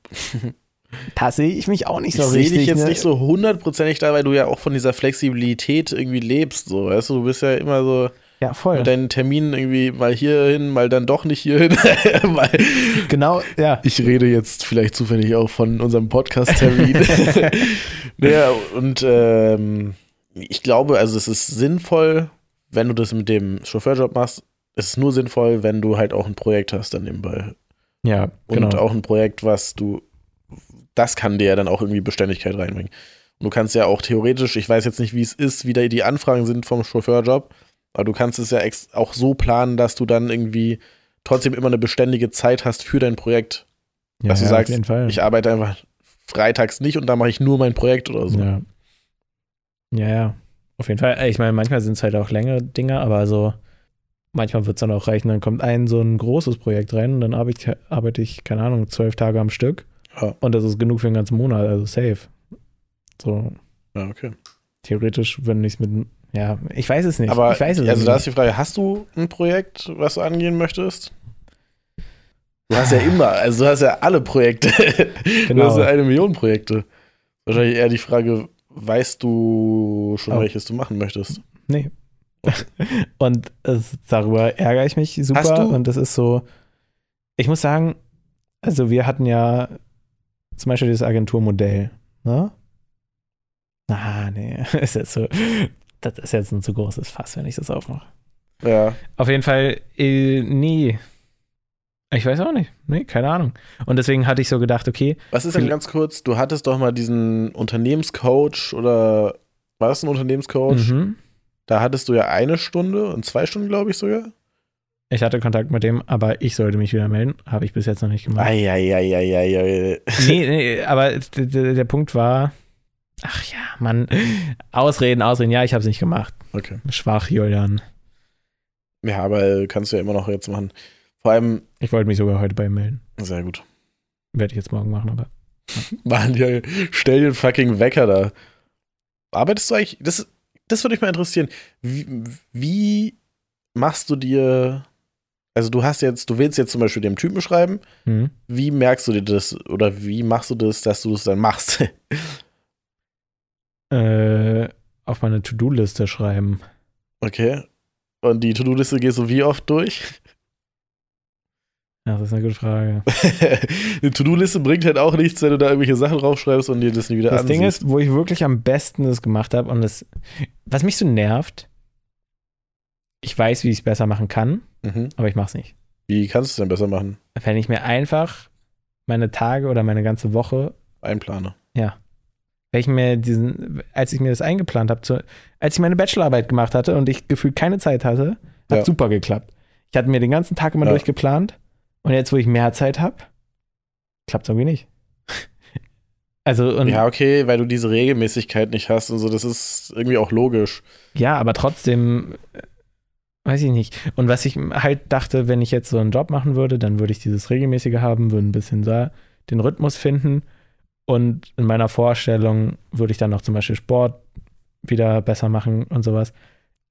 Speaker 1: Da sehe ich mich auch nicht
Speaker 2: ich
Speaker 1: so
Speaker 2: sehe
Speaker 1: richtig.
Speaker 2: dich jetzt
Speaker 1: ne?
Speaker 2: nicht so hundertprozentig da, weil du ja auch von dieser Flexibilität irgendwie lebst, so, weißt du, du bist ja immer so
Speaker 1: Ja, voll.
Speaker 2: mit deinen Terminen irgendwie mal hier hin, mal dann doch nicht hier hin. mal,
Speaker 1: Genau, ja.
Speaker 2: Ich rede jetzt vielleicht zufällig auch von unserem Podcast-Termin. naja, und ähm, ich glaube, also es ist sinnvoll, wenn du das mit dem Chauffeurjob machst, es ist nur sinnvoll, wenn du halt auch ein Projekt hast dann nebenbei.
Speaker 1: Ja,
Speaker 2: Und
Speaker 1: genau.
Speaker 2: auch ein Projekt, was du, das kann dir ja dann auch irgendwie Beständigkeit reinbringen. Und du kannst ja auch theoretisch, ich weiß jetzt nicht, wie es ist, wie da die Anfragen sind vom Chauffeurjob, aber du kannst es ja ex auch so planen, dass du dann irgendwie trotzdem immer eine beständige Zeit hast für dein Projekt.
Speaker 1: ja,
Speaker 2: dass du
Speaker 1: ja,
Speaker 2: sagst,
Speaker 1: auf jeden Fall.
Speaker 2: Ich arbeite einfach freitags nicht und da mache ich nur mein Projekt oder so.
Speaker 1: ja. ja, ja. Auf jeden Fall. Ich meine, manchmal sind es halt auch längere Dinge, aber so manchmal wird es dann auch reichen. Dann kommt ein so ein großes Projekt rein und dann arbeite ich, arbeite ich keine Ahnung, zwölf Tage am Stück.
Speaker 2: Ja.
Speaker 1: Und das ist genug für einen ganzen Monat, also safe. So,
Speaker 2: Ja, okay.
Speaker 1: theoretisch, wenn ich es mit. Ja, ich weiß es nicht.
Speaker 2: Aber
Speaker 1: ich weiß es
Speaker 2: also
Speaker 1: nicht.
Speaker 2: da ist die Frage, hast du ein Projekt, was du angehen möchtest? Du hast ja immer, also du hast ja alle Projekte. Du hast
Speaker 1: Genau.
Speaker 2: ja eine Million Projekte. Wahrscheinlich eher die Frage, weißt du schon,
Speaker 1: Oh.
Speaker 2: welches du machen möchtest?
Speaker 1: nee. und es, darüber ärgere ich mich super.
Speaker 2: Hast du-
Speaker 1: Und das ist so. Ich muss sagen, also wir hatten ja zum Beispiel dieses Agenturmodell, ne? Ah, nee, ist jetzt so. Das ist jetzt ein zu großes Fass, wenn ich das aufmache.
Speaker 2: Ja.
Speaker 1: Auf jeden Fall, äh, nee. Ich weiß auch nicht. Nee, keine Ahnung. Und deswegen hatte ich so gedacht, okay,
Speaker 2: Was ist denn
Speaker 1: Viel-
Speaker 2: ganz kurz, du hattest doch mal diesen Unternehmenscoach oder war das ein Unternehmenscoach?
Speaker 1: mhm.
Speaker 2: Da hattest du ja eine Stunde und zwei Stunden, glaube ich, sogar.
Speaker 1: ich hatte Kontakt mit dem, aber ich sollte mich wieder melden. Habe ich bis jetzt noch nicht gemacht.
Speaker 2: Eieieiei.
Speaker 1: nee, nee, aber d- d- der Punkt war, ach ja, Mann, Ausreden, Ausreden, ja, ich habe es nicht gemacht.
Speaker 2: Okay.
Speaker 1: Schwach, Julian.
Speaker 2: Ja, aber kannst du ja immer noch jetzt machen. Vor allem,
Speaker 1: Ich wollte mich sogar heute bei ihm melden.
Speaker 2: sehr gut.
Speaker 1: Werde ich jetzt morgen machen, aber.
Speaker 2: Mann, ja, stell dir einen fucking Wecker da. Arbeitest du eigentlich, das, das würde mich mal interessieren. Wie, wie machst du dir, also du hast jetzt, du willst jetzt zum Beispiel dem Typen schreiben,
Speaker 1: Hm.
Speaker 2: wie merkst du dir das oder wie machst du das, dass du das dann machst?
Speaker 1: Äh, auf meine To-Do-Liste schreiben.
Speaker 2: Okay. Und die To-Do-Liste gehst du wie oft durch?
Speaker 1: Ja, das ist eine gute Frage.
Speaker 2: Eine To-Do-Liste bringt halt auch nichts, wenn du da irgendwelche Sachen draufschreibst und dir das nie wieder
Speaker 1: Das Ding
Speaker 2: ansiehst.
Speaker 1: ist, wo ich wirklich am besten das gemacht habe und das, was mich so nervt, ich weiß, wie ich es besser machen kann,
Speaker 2: Mhm.
Speaker 1: aber ich mache es nicht.
Speaker 2: Wie kannst du es denn besser machen?
Speaker 1: wenn ich mir einfach meine Tage oder meine ganze Woche,
Speaker 2: Einplane.
Speaker 1: wenn ich mir diesen, als ich mir das eingeplant habe, als ich meine Bachelorarbeit gemacht hatte und ich gefühlt keine Zeit hatte, hat
Speaker 2: Ja.
Speaker 1: super geklappt. Ich hatte mir den ganzen Tag immer
Speaker 2: Ja.
Speaker 1: durchgeplant und jetzt, wo ich mehr Zeit habe, klappt es irgendwie nicht. Also, und ja.
Speaker 2: Ja, okay, weil du diese Regelmäßigkeit nicht hast und so, das ist irgendwie auch logisch.
Speaker 1: aber trotzdem, äh, weiß ich nicht. Und was ich halt dachte, wenn ich jetzt so einen Job machen würde, dann würde ich dieses regelmäßige haben, würde ein bisschen da den Rhythmus finden. Und in meiner Vorstellung würde ich dann noch zum Beispiel Sport wieder besser machen und sowas.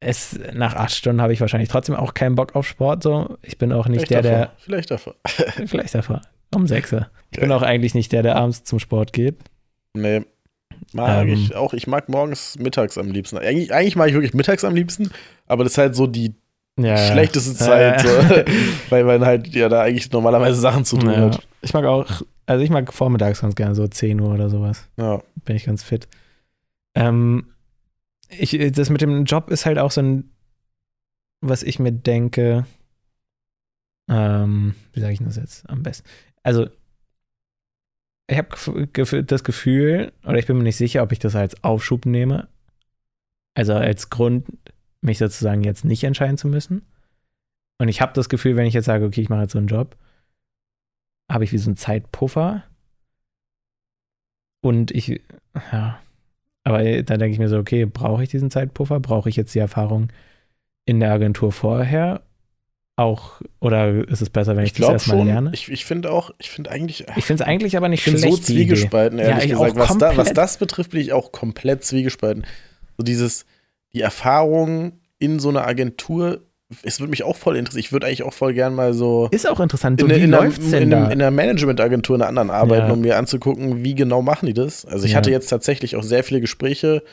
Speaker 1: es, nach acht Stunden habe ich wahrscheinlich trotzdem auch keinen Bock auf Sport. So. Ich bin auch nicht
Speaker 2: vielleicht
Speaker 1: der,
Speaker 2: davor.
Speaker 1: der
Speaker 2: Vielleicht davor.
Speaker 1: Vielleicht davor. Um sechs. Ich bin
Speaker 2: Ja.
Speaker 1: auch eigentlich nicht der, der abends zum Sport geht.
Speaker 2: Nee. Mag
Speaker 1: Ähm.
Speaker 2: ich auch. Ich mag morgens, mittags am liebsten. Eigentlich, eigentlich mag ich wirklich mittags am liebsten, aber das ist halt so die
Speaker 1: Ja.
Speaker 2: schlechteste
Speaker 1: Ja,
Speaker 2: Zeit,
Speaker 1: ja.
Speaker 2: so, weil man halt ja da eigentlich normalerweise Sachen zu tun
Speaker 1: Ja.
Speaker 2: hat.
Speaker 1: Ich mag auch, also ich mag vormittags ganz gerne, so 10 Uhr oder sowas.
Speaker 2: Ja.
Speaker 1: Bin ich ganz fit. Ähm, ich, äh, das mit dem Job ist halt auch so ein, was ich mir denke, ähm, wie sage ich das jetzt am besten? Also, ich habe das Gefühl, oder ich bin mir nicht sicher, ob ich das als Aufschub nehme, also als Grund, mich sozusagen jetzt nicht entscheiden zu müssen. Und ich habe das Gefühl, wenn ich jetzt sage, okay, ich mache jetzt so einen Job, habe ich wie so einen Zeitpuffer. Und ich, ja, aber da denke ich mir so, okay, brauche ich diesen Zeitpuffer? Brauche ich jetzt die Erfahrung in der Agentur vorher? Auch, oder ist es besser, wenn ich,
Speaker 2: Ich
Speaker 1: das
Speaker 2: glaube
Speaker 1: erstmal lerne?
Speaker 2: schon. Ich, ich finde auch, ich finde eigentlich,
Speaker 1: Ich finde es eigentlich aber nicht
Speaker 2: Ich bin
Speaker 1: schlecht.
Speaker 2: so
Speaker 1: die Idee.
Speaker 2: zwiegespalten,
Speaker 1: Ja,
Speaker 2: ehrlich
Speaker 1: ich auch
Speaker 2: gesagt. Was, da, was
Speaker 1: komplett.
Speaker 2: das betrifft, bin ich auch komplett zwiegespalten. So dieses, die Erfahrung in so einer Agentur, es würde mich auch voll interessieren. Ich würde eigentlich auch voll gern mal so,
Speaker 1: Ist auch interessant. So,
Speaker 2: in,
Speaker 1: wie
Speaker 2: in, einer,
Speaker 1: läuft's
Speaker 2: in,
Speaker 1: denn
Speaker 2: einem-
Speaker 1: da?
Speaker 2: in einer Management-Agentur einer anderen arbeiten,
Speaker 1: Ja.
Speaker 2: um mir anzugucken, wie genau machen die das. Also ich
Speaker 1: Ja.
Speaker 2: hatte jetzt tatsächlich auch sehr viele Gespräche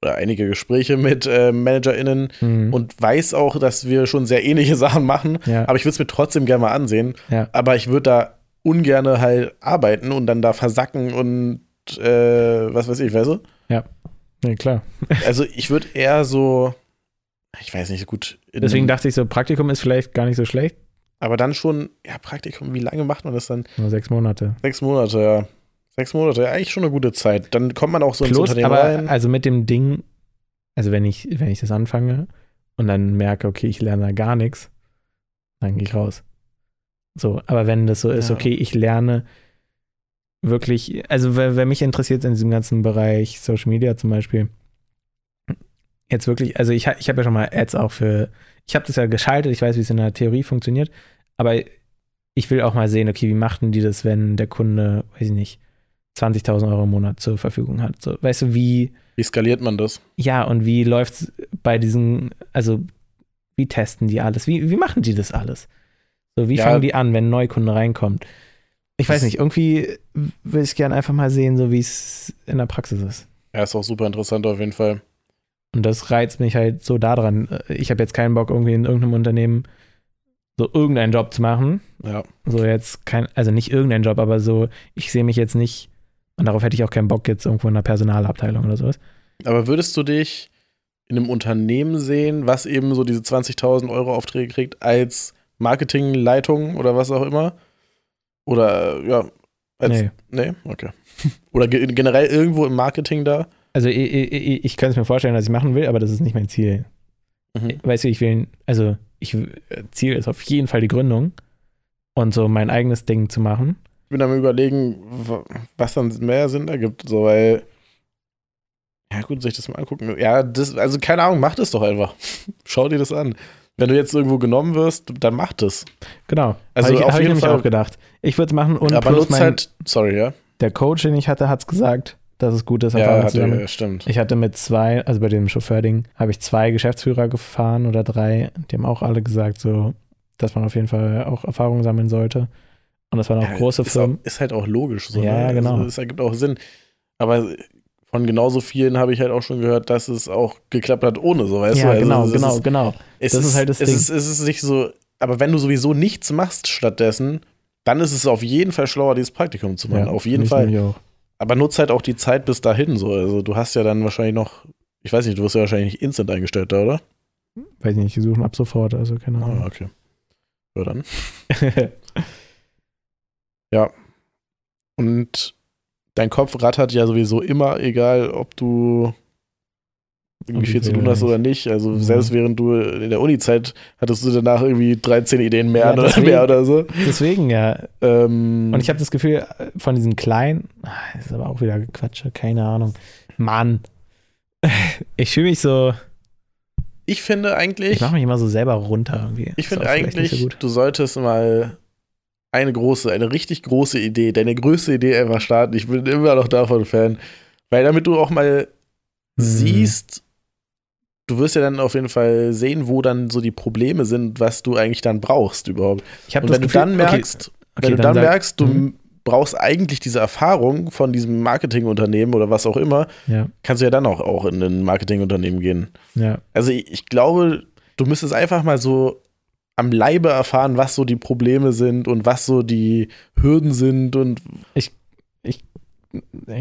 Speaker 2: oder einige Gespräche mit äh, ManagerInnen
Speaker 1: Mhm.
Speaker 2: und weiß auch, dass wir schon sehr ähnliche Sachen machen.
Speaker 1: ja.
Speaker 2: Aber ich würde es mir trotzdem gerne mal ansehen.
Speaker 1: Ja.
Speaker 2: Aber ich würde da ungerne halt arbeiten und dann da versacken und äh, was weiß ich, weißt du?
Speaker 1: nee, klar.
Speaker 2: Also ich würde eher so, ich weiß nicht, gut. in-
Speaker 1: Deswegen dachte ich so, Praktikum ist vielleicht gar nicht so schlecht.
Speaker 2: aber dann schon, ja, Praktikum, wie lange macht man das dann?
Speaker 1: Nur sechs Monate.
Speaker 2: Sechs Monate, ja. Sechs Monate, ja, eigentlich schon eine gute Zeit. Dann kommt man auch so ins
Speaker 1: Plus,
Speaker 2: Unternehmen
Speaker 1: aber
Speaker 2: rein.
Speaker 1: also mit dem Ding, also wenn ich, wenn ich das anfange und dann merke, okay, ich lerne da gar nichts, dann gehe ich raus. So, aber wenn das so ist,
Speaker 2: Ja.
Speaker 1: okay, ich lerne wirklich, also wer, wer mich interessiert in diesem ganzen Bereich Social Media zum Beispiel, jetzt wirklich, also ich, ha- ich habe ja schon mal Ads auch für, ich habe das ja geschaltet, ich weiß, wie es in der Theorie funktioniert, aber ich will auch mal sehen, okay, wie machten die das, wenn der Kunde, weiß ich nicht, 20.000 Euro im Monat zur Verfügung hat. So, weißt du, wie,
Speaker 2: Wie skaliert man das?
Speaker 1: ja, und wie läuft es bei diesen, also wie testen die alles? Wie, wie machen die das alles? So, wie
Speaker 2: Ja.
Speaker 1: fangen die an, wenn ein Neukunde reinkommt? Ich weiß
Speaker 2: Das-
Speaker 1: nicht, irgendwie will ich gerne einfach mal sehen, so wie es in der Praxis ist.
Speaker 2: Ja, ist auch super interessant auf jeden Fall.
Speaker 1: Und das reizt mich halt so daran. Ich habe jetzt keinen Bock, irgendwie in irgendeinem Unternehmen so irgendeinen Job zu machen.
Speaker 2: Ja.
Speaker 1: So jetzt kein, also nicht irgendeinen Job, aber so, ich sehe mich jetzt nicht, und darauf hätte ich auch keinen Bock, jetzt irgendwo in einer Personalabteilung oder sowas.
Speaker 2: Aber würdest du dich in einem Unternehmen sehen, was eben so diese 20.000 Euro Aufträge kriegt, als Marketingleitung oder was auch immer? Oder, äh, ja, als,
Speaker 1: Nee.
Speaker 2: nee? Okay. Oder ge generell irgendwo im Marketing da?
Speaker 1: Also ich, ich, ich könnte es mir vorstellen, dass ich machen will, aber das ist nicht mein Ziel.
Speaker 2: Mhm.
Speaker 1: Weißt du, ich will, also ich Ziel ist auf jeden Fall die Gründung und so mein eigenes Ding zu machen.
Speaker 2: Ich bin am überlegen, wa- was dann mehr Sinn ergibt, so weil. Ja, gut, soll ich das mal angucken? Ja, das, also keine Ahnung, mach das doch einfach. Schau dir das an. Wenn du jetzt irgendwo genommen wirst, dann mach das.
Speaker 1: Genau.
Speaker 2: Also
Speaker 1: Habe ich,
Speaker 2: auf
Speaker 1: hab ich
Speaker 2: jeden
Speaker 1: nämlich
Speaker 2: Fall.
Speaker 1: auch gedacht. Ich würde es machen und
Speaker 2: Aber
Speaker 1: plus
Speaker 2: nutz
Speaker 1: mein,
Speaker 2: halt. Sorry, ja?
Speaker 1: der Coach, den ich hatte, hat es gesagt, dass es gut ist,
Speaker 2: Ja,
Speaker 1: Erfahrung
Speaker 2: hat,
Speaker 1: zu sammeln.
Speaker 2: ja, stimmt.
Speaker 1: Ich hatte mit zwei, also bei dem Chauffeur-Ding, habe ich zwei Geschäftsführer gefahren oder drei. Die haben auch alle gesagt, so, dass man auf jeden Fall auch Erfahrung sammeln sollte. Und das waren auch
Speaker 2: Ja,
Speaker 1: große
Speaker 2: ist, auch,
Speaker 1: Firmen.
Speaker 2: ist halt auch logisch. So,
Speaker 1: Ja,
Speaker 2: ne?
Speaker 1: genau.
Speaker 2: Also, es ergibt auch Sinn. Aber von genauso vielen habe ich halt auch schon gehört, dass es auch geklappt hat ohne, so weißt du?
Speaker 1: ja,
Speaker 2: Also,
Speaker 1: genau,
Speaker 2: es
Speaker 1: genau,
Speaker 2: Ist,
Speaker 1: genau.
Speaker 2: es
Speaker 1: Das ist halt das
Speaker 2: es
Speaker 1: Ding.
Speaker 2: Ist, es ist nicht so, aber wenn du sowieso nichts machst stattdessen, dann ist es auf jeden Fall schlauer, dieses Praktikum zu machen.
Speaker 1: Ja,
Speaker 2: auf jeden
Speaker 1: mich
Speaker 2: Fall.
Speaker 1: nämlich Auch.
Speaker 2: Aber nutzt halt auch die Zeit bis dahin so. Also du hast ja dann wahrscheinlich noch, ich weiß nicht, du wirst ja wahrscheinlich nicht instant eingestellt da, oder?
Speaker 1: Weiß nicht, die suchen ab sofort, also keine
Speaker 2: Ah,
Speaker 1: Ahnung.
Speaker 2: okay. Ja, dann. Und dein Kopf rattert ja sowieso immer, egal ob du
Speaker 1: Ob
Speaker 2: irgendwie
Speaker 1: ich
Speaker 2: viel zu
Speaker 1: will
Speaker 2: tun
Speaker 1: oder
Speaker 2: hast oder nicht. Also
Speaker 1: Mhm.
Speaker 2: selbst während du in der Uni-Zeit hattest du danach irgendwie 13 Ideen mehr,
Speaker 1: Ja,
Speaker 2: oder,
Speaker 1: deswegen.
Speaker 2: mehr oder so.
Speaker 1: Deswegen ja.
Speaker 2: Ähm,
Speaker 1: Und ich habe das Gefühl, äh, von diesen kleinen, Ah, ist aber auch wieder Gequatsche, keine Ahnung. Mann. Ich fühle mich so,
Speaker 2: ich finde
Speaker 1: ich,
Speaker 2: eigentlich,
Speaker 1: mache mich immer so selber runter irgendwie.
Speaker 2: ich
Speaker 1: Ist
Speaker 2: finde
Speaker 1: auch vielleicht
Speaker 2: eigentlich,
Speaker 1: nicht so gut.
Speaker 2: du solltest mal eine große, eine richtig große Idee, deine größte Idee einfach starten. Ich bin
Speaker 3: Mhm.
Speaker 2: immer noch davon Fan. Weil damit du auch mal
Speaker 1: Hm.
Speaker 2: siehst, du wirst ja dann auf jeden Fall sehen, wo dann so die Probleme sind, was du eigentlich dann brauchst überhaupt.
Speaker 3: Ich habe
Speaker 2: Und
Speaker 3: das
Speaker 2: wenn
Speaker 3: Gefühl,
Speaker 2: du dann
Speaker 3: okay,
Speaker 2: merkst,
Speaker 3: okay,
Speaker 2: wenn du dann,
Speaker 3: sag-
Speaker 2: merkst, du
Speaker 3: Mhm.
Speaker 2: brauchst eigentlich diese Erfahrung von diesem Marketingunternehmen oder was auch immer,
Speaker 3: Ja,
Speaker 2: kannst du ja dann auch, auch in ein Marketingunternehmen gehen.
Speaker 3: ja.
Speaker 2: Also ich, ich glaube, du müsstest einfach mal so am Leibe erfahren, was so die Probleme sind und was so die Hürden sind und
Speaker 1: Ich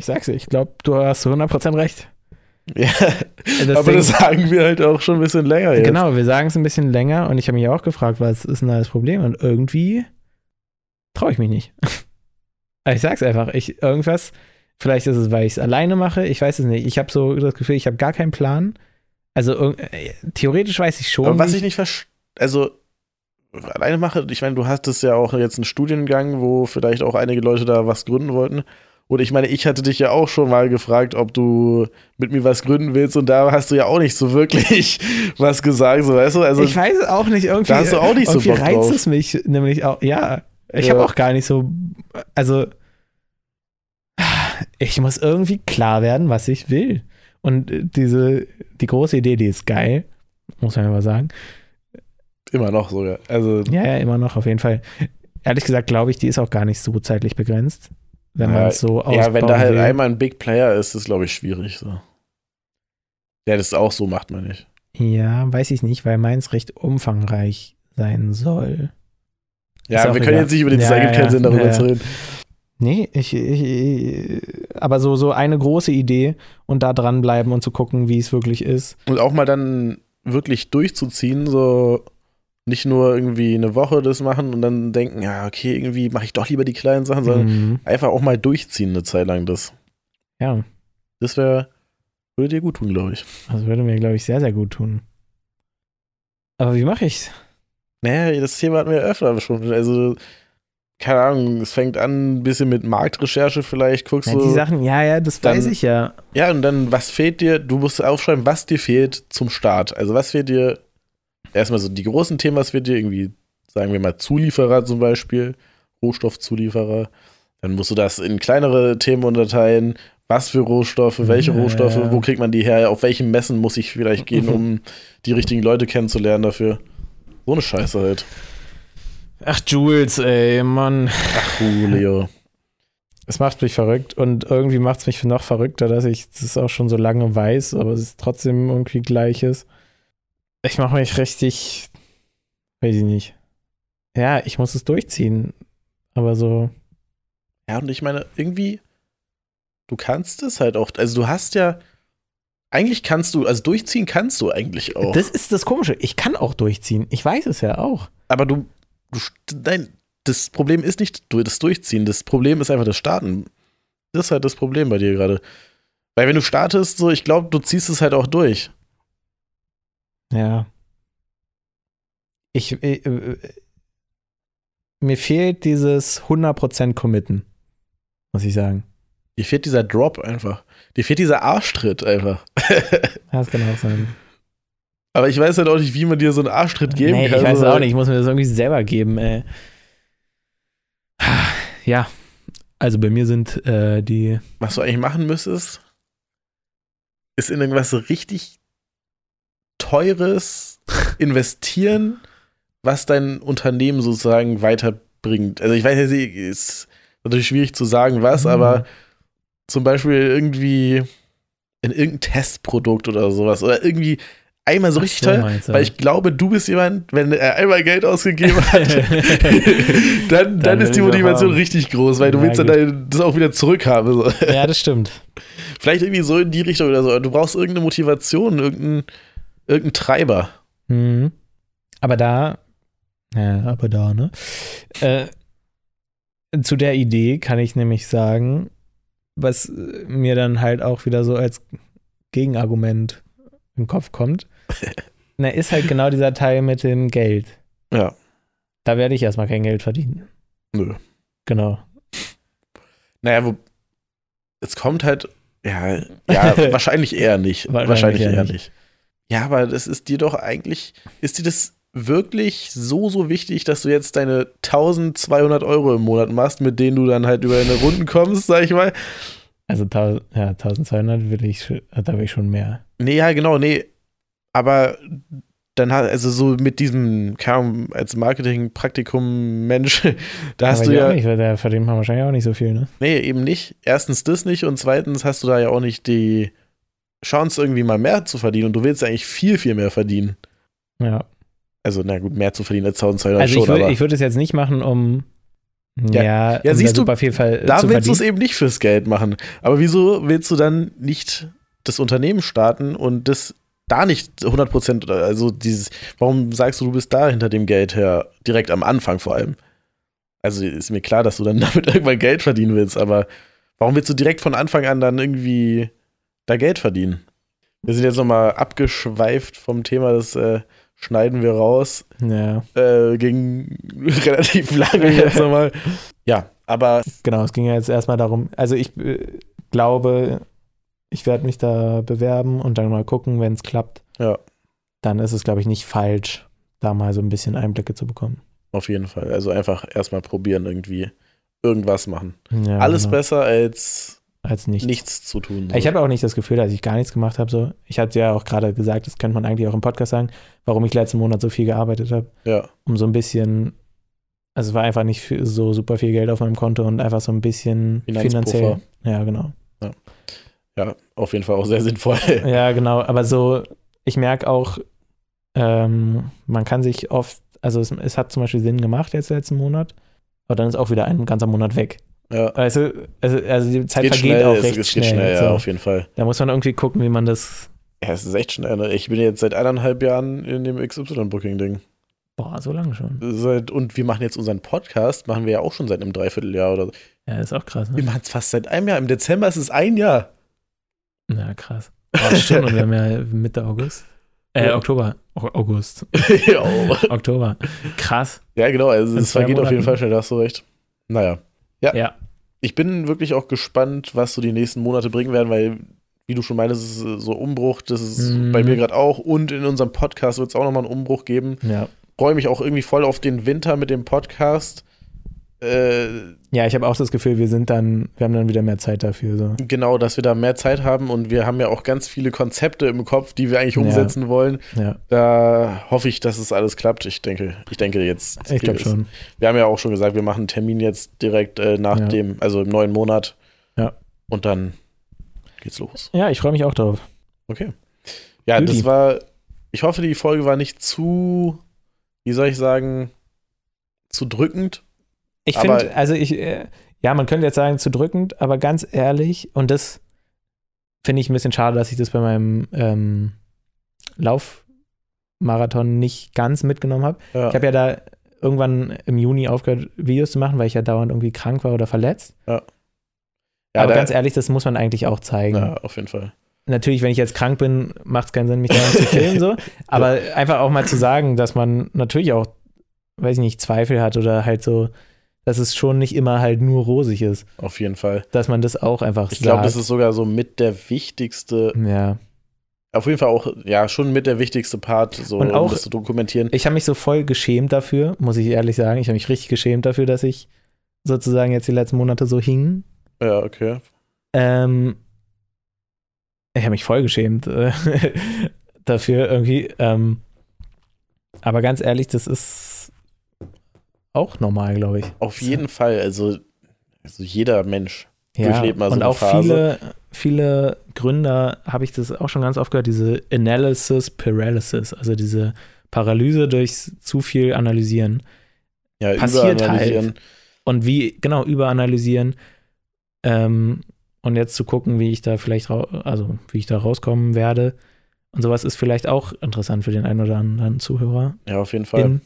Speaker 1: sag's dir, ich glaube, du hast zu 100% recht.
Speaker 2: ja,
Speaker 1: Das
Speaker 2: aber das sagen wir halt auch schon ein bisschen länger jetzt.
Speaker 1: Genau, wir sagen es ein bisschen länger und ich habe mich auch gefragt, was ist denn da das Problem? Und irgendwie traue ich mich nicht. Aber ich sag's einfach, ich irgendwas, vielleicht ist es, weil ich es alleine mache, ich weiß es nicht. Ich habe so das Gefühl, ich habe gar keinen Plan. Also irg- äh, theoretisch weiß ich schon.
Speaker 2: Aber was
Speaker 1: wie
Speaker 2: ich nicht verstehe, also alleine mache, ich meine, du hattest ja auch jetzt einen Studiengang, wo vielleicht auch einige Leute da was gründen wollten. Und ich meine, ich hatte dich ja auch schon mal gefragt, ob du mit mir was gründen willst und da hast du ja auch nicht so wirklich was gesagt, so weißt du? Also
Speaker 1: ich weiß es auch nicht, irgendwie,
Speaker 2: da hast du auch nicht so
Speaker 1: irgendwie
Speaker 2: Bock
Speaker 1: reizt
Speaker 2: drauf.
Speaker 1: es mich nämlich auch. Ja, ich
Speaker 2: Ja.
Speaker 1: habe auch gar nicht so. Also, ich muss irgendwie klar werden, was ich will. Und äh, diese, die große Idee, die ist geil, muss man ja mal sagen.
Speaker 2: immer noch sogar. Also
Speaker 1: Ja, ja, immer noch, auf jeden Fall. Ehrlich gesagt, glaube ich, die ist auch gar nicht so zeitlich begrenzt, wenn man
Speaker 2: Ja,
Speaker 1: es so ausbaut.
Speaker 2: ja, wenn da halt einmal ein Big Player ist, ist glaube ich schwierig so. Der das auch so macht, meine ich.
Speaker 1: Ja, weiß ich nicht, weil meins recht umfangreich sein soll.
Speaker 2: Ja,
Speaker 1: Ist
Speaker 2: wir
Speaker 1: auch
Speaker 2: können
Speaker 1: egal.
Speaker 2: jetzt nicht über den
Speaker 1: Ja,
Speaker 2: ja, gibt
Speaker 1: ja,
Speaker 2: keinen Sinn darüber
Speaker 1: ja,
Speaker 2: zu reden.
Speaker 1: Nee, ich, ich, ich aber so, so eine große Idee und da dranbleiben und zu gucken, wie es wirklich ist.
Speaker 2: Und auch mal dann wirklich durchzuziehen, so nicht nur irgendwie eine Woche das machen und dann denken, ja, okay, irgendwie mache ich doch lieber die kleinen Sachen, sondern
Speaker 1: Mhm.
Speaker 2: einfach auch mal durchziehen eine Zeit lang das.
Speaker 1: Ja,
Speaker 2: Das wäre, würde dir gut tun, glaube ich.
Speaker 1: das würde mir, glaube ich, sehr, sehr gut tun. Aber wie mache ich's?
Speaker 2: Naja, das Thema hatten wir ja öfter schon. Also, keine Ahnung, es fängt an ein bisschen mit Marktrecherche vielleicht, guckst
Speaker 1: Ja,
Speaker 2: du.
Speaker 1: die Sachen, ja, ja, das
Speaker 2: Dann-
Speaker 1: weiß ich ja.
Speaker 2: Ja, und dann, was fehlt dir? Du musst aufschreiben, was dir fehlt zum Start. Also, was fehlt dir? Erstmal so die großen Themen, was fehlt dir? Irgendwie, sagen wir mal, Zulieferer zum Beispiel, Rohstoffzulieferer. Dann musst du das in kleinere Themen unterteilen. Was für Rohstoffe, welche
Speaker 1: Ja,
Speaker 2: Rohstoffe,
Speaker 1: ja.
Speaker 2: wo kriegt man die her? Auf welchen Messen muss ich vielleicht gehen, um die richtigen Leute kennenzulernen dafür? So eine Scheiße halt.
Speaker 1: Ach, Jules, ey, Mann.
Speaker 2: Ach, du, Leo.
Speaker 1: Es macht mich verrückt und irgendwie macht es mich noch verrückter, dass ich das auch schon so lange weiß, aber es ist trotzdem irgendwie gleiches. Ich mache mich richtig, weiß ich nicht. Ja, ich muss es durchziehen, aber so,
Speaker 2: Ja, und ich meine, irgendwie, du kannst es halt auch. Also, du hast ja. Eigentlich kannst du, also durchziehen kannst du eigentlich auch.
Speaker 1: das ist das Komische. Ich kann auch durchziehen. Ich weiß es ja auch.
Speaker 2: Aber du, du nein, das Problem ist nicht du- das Durchziehen, das Problem ist einfach das Starten. Das ist halt das Problem bei dir gerade. Weil wenn du startest, so, ich glaube, du ziehst es halt auch durch.
Speaker 1: Ja. Ich, äh, äh, mir fehlt dieses 100% Committen, muss ich sagen.
Speaker 2: Dir fehlt dieser Drop einfach. Dir fehlt dieser Arschtritt einfach.
Speaker 1: Ja, Das kann auch sein.
Speaker 2: Aber ich weiß halt auch nicht, wie man dir so einen Arschtritt geben also
Speaker 1: nee,
Speaker 2: kann.
Speaker 1: ich weiß
Speaker 2: so.
Speaker 1: auch nicht. Ich muss mir das irgendwie selber geben, ey. Ja. Also bei mir sind äh, die.
Speaker 2: Was du eigentlich machen müsstest, ist in irgendwas richtig teures investieren, was dein Unternehmen sozusagen weiterbringt. Also ich weiß, es ist natürlich schwierig zu sagen, was,
Speaker 1: Mhm.
Speaker 2: aber zum Beispiel irgendwie in irgendein Testprodukt oder sowas oder irgendwie einmal so richtig teuer.
Speaker 1: meinst du?
Speaker 2: Weil ich glaube, du bist jemand, wenn er einmal Geld ausgegeben hat, dann, dann,
Speaker 1: Dann
Speaker 2: ist die
Speaker 1: will ich auch
Speaker 2: Motivation
Speaker 1: haben.
Speaker 2: richtig groß, weil du
Speaker 1: Ja,
Speaker 2: willst dann
Speaker 1: gut.
Speaker 2: dein, das auch wieder zurückhaben. So.
Speaker 1: ja, das stimmt.
Speaker 2: Vielleicht irgendwie so in die Richtung oder so. Du brauchst irgendeine Motivation, irgendeinen irgendein Treiber.
Speaker 1: Mhm. Aber da. Ja, aber da, ne? Äh, zu der Idee kann ich nämlich sagen, was äh, mir dann halt auch wieder so als Gegenargument im Kopf kommt. Na, ist halt genau dieser Teil mit dem Geld.
Speaker 2: Ja.
Speaker 1: Da werde ich erstmal kein Geld verdienen.
Speaker 2: Nö.
Speaker 1: Genau.
Speaker 2: Naja, wo, es kommt halt, ja, ja wahrscheinlich eher nicht.
Speaker 1: Wahrscheinlich
Speaker 2: Wahrscheinlich,
Speaker 1: eher
Speaker 2: eher,
Speaker 1: nicht.
Speaker 2: nicht. Ja, aber das ist dir doch eigentlich, ist dir das wirklich so, so wichtig, dass du jetzt deine 1200 Euro im Monat machst, mit denen du dann halt über deine Runden kommst, sag ich mal?
Speaker 1: Also 1000, ja, 1200 will ich, sch- äh, da will ich schon mehr.
Speaker 2: Nee, ja, genau, nee. aber dann hat, also so mit diesem, keine Ahnung, als Marketing-Praktikum-Mensch, da hast
Speaker 1: Aber
Speaker 2: du
Speaker 1: die
Speaker 2: ja,
Speaker 1: Auch nicht, weil der verdient man wahrscheinlich auch nicht so viel, ne?
Speaker 2: nee, eben nicht. Erstens das nicht und zweitens hast du da ja auch nicht die Chance, irgendwie mal mehr zu verdienen und du willst ja eigentlich viel, viel mehr verdienen.
Speaker 1: Ja.
Speaker 2: Also, na gut, mehr zu verdienen als 1200
Speaker 1: Also
Speaker 2: schon,
Speaker 1: ich würde
Speaker 2: aber
Speaker 1: ich würd es jetzt nicht machen, um ja, ja, um
Speaker 2: siehst
Speaker 1: da
Speaker 2: du,
Speaker 1: super viel Fall
Speaker 2: da
Speaker 1: zu
Speaker 2: willst du es
Speaker 1: verdienen.
Speaker 2: eben nicht fürs Geld machen. Aber wieso willst du dann nicht das Unternehmen starten und das da nicht 100 Prozent, oder also dieses, warum sagst du, du bist da hinter dem Geld her, direkt am Anfang vor allem? Also ist mir klar, dass du dann damit irgendwann Geld verdienen willst, aber warum willst du direkt von Anfang an dann irgendwie da Geld verdienen? Wir sind jetzt nochmal abgeschweift vom Thema, das äh, schneiden wir raus
Speaker 1: Ja,
Speaker 2: äh, ging relativ lange jetzt nochmal. Ja, aber
Speaker 1: genau. Es ging ja jetzt erstmal darum, also ich äh, glaube, ich werde mich da bewerben und dann mal gucken, wenn es klappt.
Speaker 2: Ja.
Speaker 1: Dann ist es, glaube ich, nicht falsch, da mal so ein bisschen Einblicke zu bekommen.
Speaker 2: auf jeden Fall. Also einfach erstmal probieren irgendwie. Irgendwas machen.
Speaker 1: Ja,
Speaker 2: Alles
Speaker 1: genau.
Speaker 2: besser als
Speaker 1: als nichts.
Speaker 2: nichts zu tun.
Speaker 1: Ich habe auch nicht das Gefühl, dass ich gar nichts gemacht habe. So. Ich habe ja auch gerade gesagt, das könnte man eigentlich auch im Podcast sagen, warum ich letzten Monat so viel gearbeitet habe.
Speaker 2: ja,
Speaker 1: Um so ein bisschen, also es war einfach nicht viel, so super viel Geld auf meinem Konto und einfach so ein bisschen
Speaker 2: Finanzpuffer.
Speaker 1: finanziell. Ja, genau.
Speaker 2: ja, auf jeden Fall auch sehr sinnvoll.
Speaker 1: Ja, genau. Aber so, ich merke auch, ähm, man kann sich oft, also es, es hat zum Beispiel Sinn gemacht jetzt letzten Monat, aber dann ist auch wieder ein ganzer Monat weg.
Speaker 2: Ja.
Speaker 1: Also, also, also die Zeit vergeht
Speaker 2: Geht schnell,
Speaker 1: auch
Speaker 2: es,
Speaker 1: recht
Speaker 2: es geht
Speaker 1: schnell.
Speaker 2: schnell,
Speaker 1: so.
Speaker 2: ja, auf jeden Fall.
Speaker 1: Da muss man irgendwie gucken, wie man das,
Speaker 2: Ja, es ist echt schnell. Ne? Ich bin jetzt seit eineinhalb Jahren in dem XY-Booking-Ding.
Speaker 1: boah, so lange schon.
Speaker 2: Seit, und wir machen jetzt unseren Podcast, machen wir ja auch schon seit einem Dreivierteljahr oder so.
Speaker 1: Ja, ist auch krass,
Speaker 2: Wir
Speaker 1: ne?
Speaker 2: machen es fast seit einem Jahr. Im Dezember ist es ein Jahr. Genau.
Speaker 1: Ja, krass. Boah, stimmt, und wir haben ja Mitte August. Äh,
Speaker 2: Ja.
Speaker 1: Oktober. Au- August.
Speaker 2: Jo.
Speaker 1: Oktober. Krass.
Speaker 2: Ja, genau, also
Speaker 1: In
Speaker 2: es
Speaker 1: zwei
Speaker 2: vergeht auf jeden
Speaker 1: Monaten.
Speaker 2: Fall schnell, da hast du recht. Naja. Ja.
Speaker 1: Ja.
Speaker 2: Ich bin wirklich auch gespannt, was so die nächsten Monate bringen werden, weil, wie du schon meinst, es ist äh, so Umbruch, das ist
Speaker 1: Mhm.
Speaker 2: bei mir gerade auch und in unserem Podcast wird es auch nochmal einen Umbruch geben.
Speaker 1: Ja.
Speaker 2: Freue mich auch irgendwie voll auf den Winter mit dem Podcast. Äh,
Speaker 1: Ja, ich habe auch das Gefühl, wir sind dann, wir haben dann wieder mehr Zeit dafür. So.
Speaker 2: genau, dass wir da mehr Zeit haben und wir haben ja auch ganz viele Konzepte im Kopf, die wir eigentlich
Speaker 1: Ja.
Speaker 2: umsetzen wollen.
Speaker 1: Ja,
Speaker 2: Da hoffe ich, dass es alles klappt. Ich denke, ich denke jetzt.
Speaker 1: ich glaube
Speaker 2: es-
Speaker 1: schon.
Speaker 2: Wir haben ja auch schon gesagt, wir machen einen Termin jetzt direkt äh, nach
Speaker 1: Ja.
Speaker 2: dem, also im neuen Monat.
Speaker 1: Ja.
Speaker 2: Und dann geht's los.
Speaker 1: Ja, ich freue mich auch drauf.
Speaker 2: Okay. Ja,
Speaker 1: Juti.
Speaker 2: das war. Ich hoffe, die Folge war nicht zu, wie soll ich sagen, zu drückend.
Speaker 1: Ich
Speaker 2: Aber-
Speaker 1: finde, also ich, äh, ja, man könnte jetzt sagen, zu drückend, aber ganz ehrlich, und das finde ich ein bisschen schade, dass ich das bei meinem ähm, Laufmarathon nicht ganz mitgenommen habe.
Speaker 2: Ja,
Speaker 1: Ich habe ja da irgendwann im Juni aufgehört, Videos zu machen, weil ich ja dauernd irgendwie krank war oder verletzt.
Speaker 2: ja,
Speaker 1: aber
Speaker 2: da-
Speaker 1: ganz ehrlich, das muss man eigentlich auch zeigen.
Speaker 2: ja, auf jeden Fall.
Speaker 1: Natürlich, wenn ich jetzt krank bin, macht es keinen Sinn, mich daran zu filmen. So. Aber einfach auch mal zu sagen, dass man natürlich auch, weiß ich nicht, Zweifel hat oder halt so, dass es schon nicht immer halt nur rosig ist.
Speaker 2: Auf jeden Fall.
Speaker 1: Dass man das auch einfach
Speaker 2: Ich
Speaker 1: sagt.
Speaker 2: glaube, das ist sogar so mit der wichtigste,
Speaker 1: ja.
Speaker 2: auf jeden Fall auch, ja, schon mit der wichtigste Part, so
Speaker 1: Und auch-
Speaker 2: um das zu dokumentieren.
Speaker 1: Ich habe mich so voll geschämt dafür, muss ich ehrlich sagen. Ich habe mich richtig geschämt dafür, dass ich sozusagen jetzt die letzten Monate so hing.
Speaker 2: Ja, okay.
Speaker 1: Ähm, ich habe mich voll geschämt äh, dafür irgendwie. Ähm, aber ganz ehrlich, das ist auch normal, glaube ich.
Speaker 2: Auf jeden Fall. Also, also jeder Mensch durchlebt mal so
Speaker 1: und
Speaker 2: eine
Speaker 1: auch
Speaker 2: Phase.
Speaker 1: viele, viele Gründer habe ich das auch schon ganz oft gehört, diese Analysis Paralysis, also diese Paralyse durchs zu viel analysieren
Speaker 2: ja,
Speaker 1: passiert
Speaker 2: überanalysieren.
Speaker 1: halt. und wie, genau, überanalysieren ähm, und jetzt zu gucken, wie ich da vielleicht, rau- also wie ich da rauskommen werde und sowas ist vielleicht auch interessant für den einen oder anderen Zuhörer.
Speaker 2: Ja, auf jeden Fall.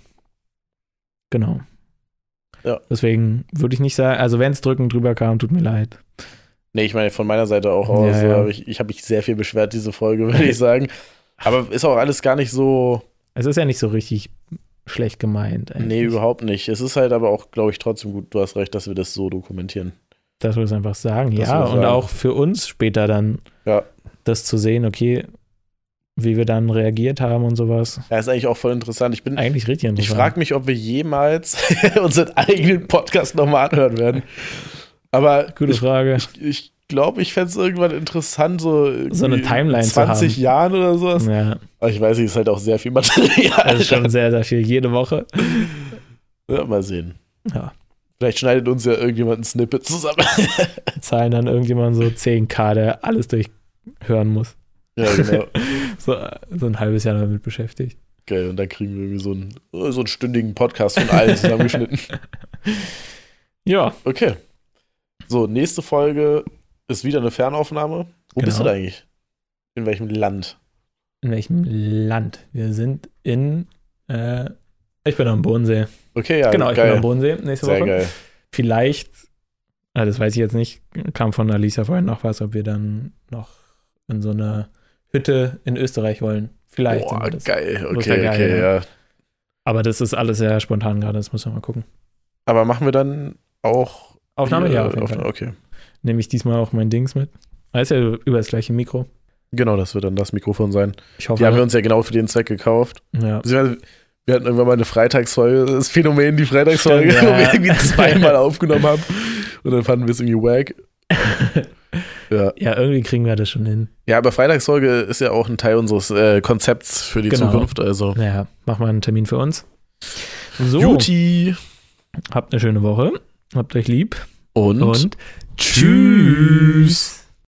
Speaker 1: genau.
Speaker 2: Ja.
Speaker 1: Deswegen würde ich nicht sagen, also wenn es drückend drüber kam, tut mir leid.
Speaker 2: Nee, ich meine von meiner Seite auch aus.
Speaker 1: Ja, ja.
Speaker 2: aber Ich, ich habe mich sehr viel beschwert, diese Folge, würde ich sagen. Aber ist auch alles gar nicht so.
Speaker 1: Es ist ja nicht so richtig schlecht gemeint. Eigentlich.
Speaker 2: Nee, überhaupt nicht. Es ist halt aber auch, glaube ich, trotzdem gut. Du hast recht, dass wir das so dokumentieren.
Speaker 1: Dass wir es einfach sagen,
Speaker 2: Dass
Speaker 1: ja.
Speaker 2: wir es
Speaker 1: Und
Speaker 2: sagen.
Speaker 1: auch für uns später dann
Speaker 2: Ja.
Speaker 1: das zu sehen, okay, wie wir dann reagiert haben und sowas.
Speaker 2: Ja, ist eigentlich auch voll interessant. Ich bin.
Speaker 1: Eigentlich richtig
Speaker 2: Ich
Speaker 1: interessant.
Speaker 2: frage mich, ob wir jemals unseren eigenen Podcast nochmal anhören werden. Aber
Speaker 1: Gute Frage.
Speaker 2: ich, ich glaube, ich fände es irgendwann interessant, so,
Speaker 1: So eine
Speaker 2: irgendwie
Speaker 1: Timeline
Speaker 2: in
Speaker 1: zu
Speaker 2: 20 Jahren oder sowas.
Speaker 1: Ja,
Speaker 2: Aber ich weiß nicht, ist halt auch sehr viel Material.
Speaker 1: also schon sehr, sehr viel. Jede Woche.
Speaker 2: ja, mal sehen.
Speaker 1: Ja.
Speaker 2: Vielleicht schneidet uns ja irgendjemand ein Snippet zusammen.
Speaker 1: Zahlen dann irgendjemand so 10k, der alles durchhören muss.
Speaker 2: ja, genau.
Speaker 1: So, so ein halbes Jahr damit beschäftigt.
Speaker 2: Geil, und dann kriegen wir irgendwie so einen, so einen stündigen Podcast von allen zusammengeschnitten.
Speaker 1: Ja,
Speaker 2: Okay. So, nächste Folge ist wieder eine Fernaufnahme. Wo bist du
Speaker 1: Genau.
Speaker 2: da eigentlich? In welchem Land?
Speaker 1: in welchem Land? Wir sind in. Äh, ich bin am Bodensee.
Speaker 2: Okay, ja,
Speaker 1: genau, ich bin
Speaker 2: geil.
Speaker 1: am Bodensee nächste
Speaker 2: Sehr
Speaker 1: Woche.
Speaker 2: geil.
Speaker 1: Vielleicht, ah, das weiß ich jetzt nicht, kam von Alisa vorhin noch was, ob wir dann noch in so eine Hütte in Österreich wollen. Vielleicht. sind
Speaker 2: Boah,
Speaker 1: wir das.
Speaker 2: geil.
Speaker 1: Das wär
Speaker 2: Okay,
Speaker 1: geil,
Speaker 2: okay,
Speaker 1: ja.
Speaker 2: ja.
Speaker 1: Aber das ist alles sehr spontan gerade, das müssen wir mal gucken.
Speaker 2: Aber machen wir dann auch.
Speaker 1: Aufnahme?
Speaker 2: hier,
Speaker 1: Ja, auf jeden
Speaker 2: Aufnahme?
Speaker 1: Fall.
Speaker 2: Okay.
Speaker 1: Nehme ich diesmal auch mein Dings mit. Alles ja über das gleiche Mikro.
Speaker 2: Genau, das wird dann das Mikrofon sein.
Speaker 1: Ich
Speaker 2: Die haben wir
Speaker 1: hoffe,
Speaker 2: uns ja genau für den Zweck gekauft.
Speaker 1: ja.
Speaker 2: Beziehungsweise, Wir hatten irgendwann mal eine Freitagsfolge, das Phänomen, die Freitagsfolge,
Speaker 1: Stimmt, ja.
Speaker 2: wo wir irgendwie zweimal aufgenommen haben. Und dann fanden wir es irgendwie wack. Ja.
Speaker 1: ja, irgendwie kriegen wir das schon hin.
Speaker 2: ja, aber Freitagsfolge ist ja auch ein Teil unseres äh, Konzepts für die
Speaker 1: Genau.
Speaker 2: Zukunft. Also,
Speaker 1: Naja, mach mal einen Termin für uns. So,
Speaker 2: Beauty
Speaker 1: habt eine schöne Woche. Habt euch lieb
Speaker 2: und,
Speaker 1: und
Speaker 2: tschüss.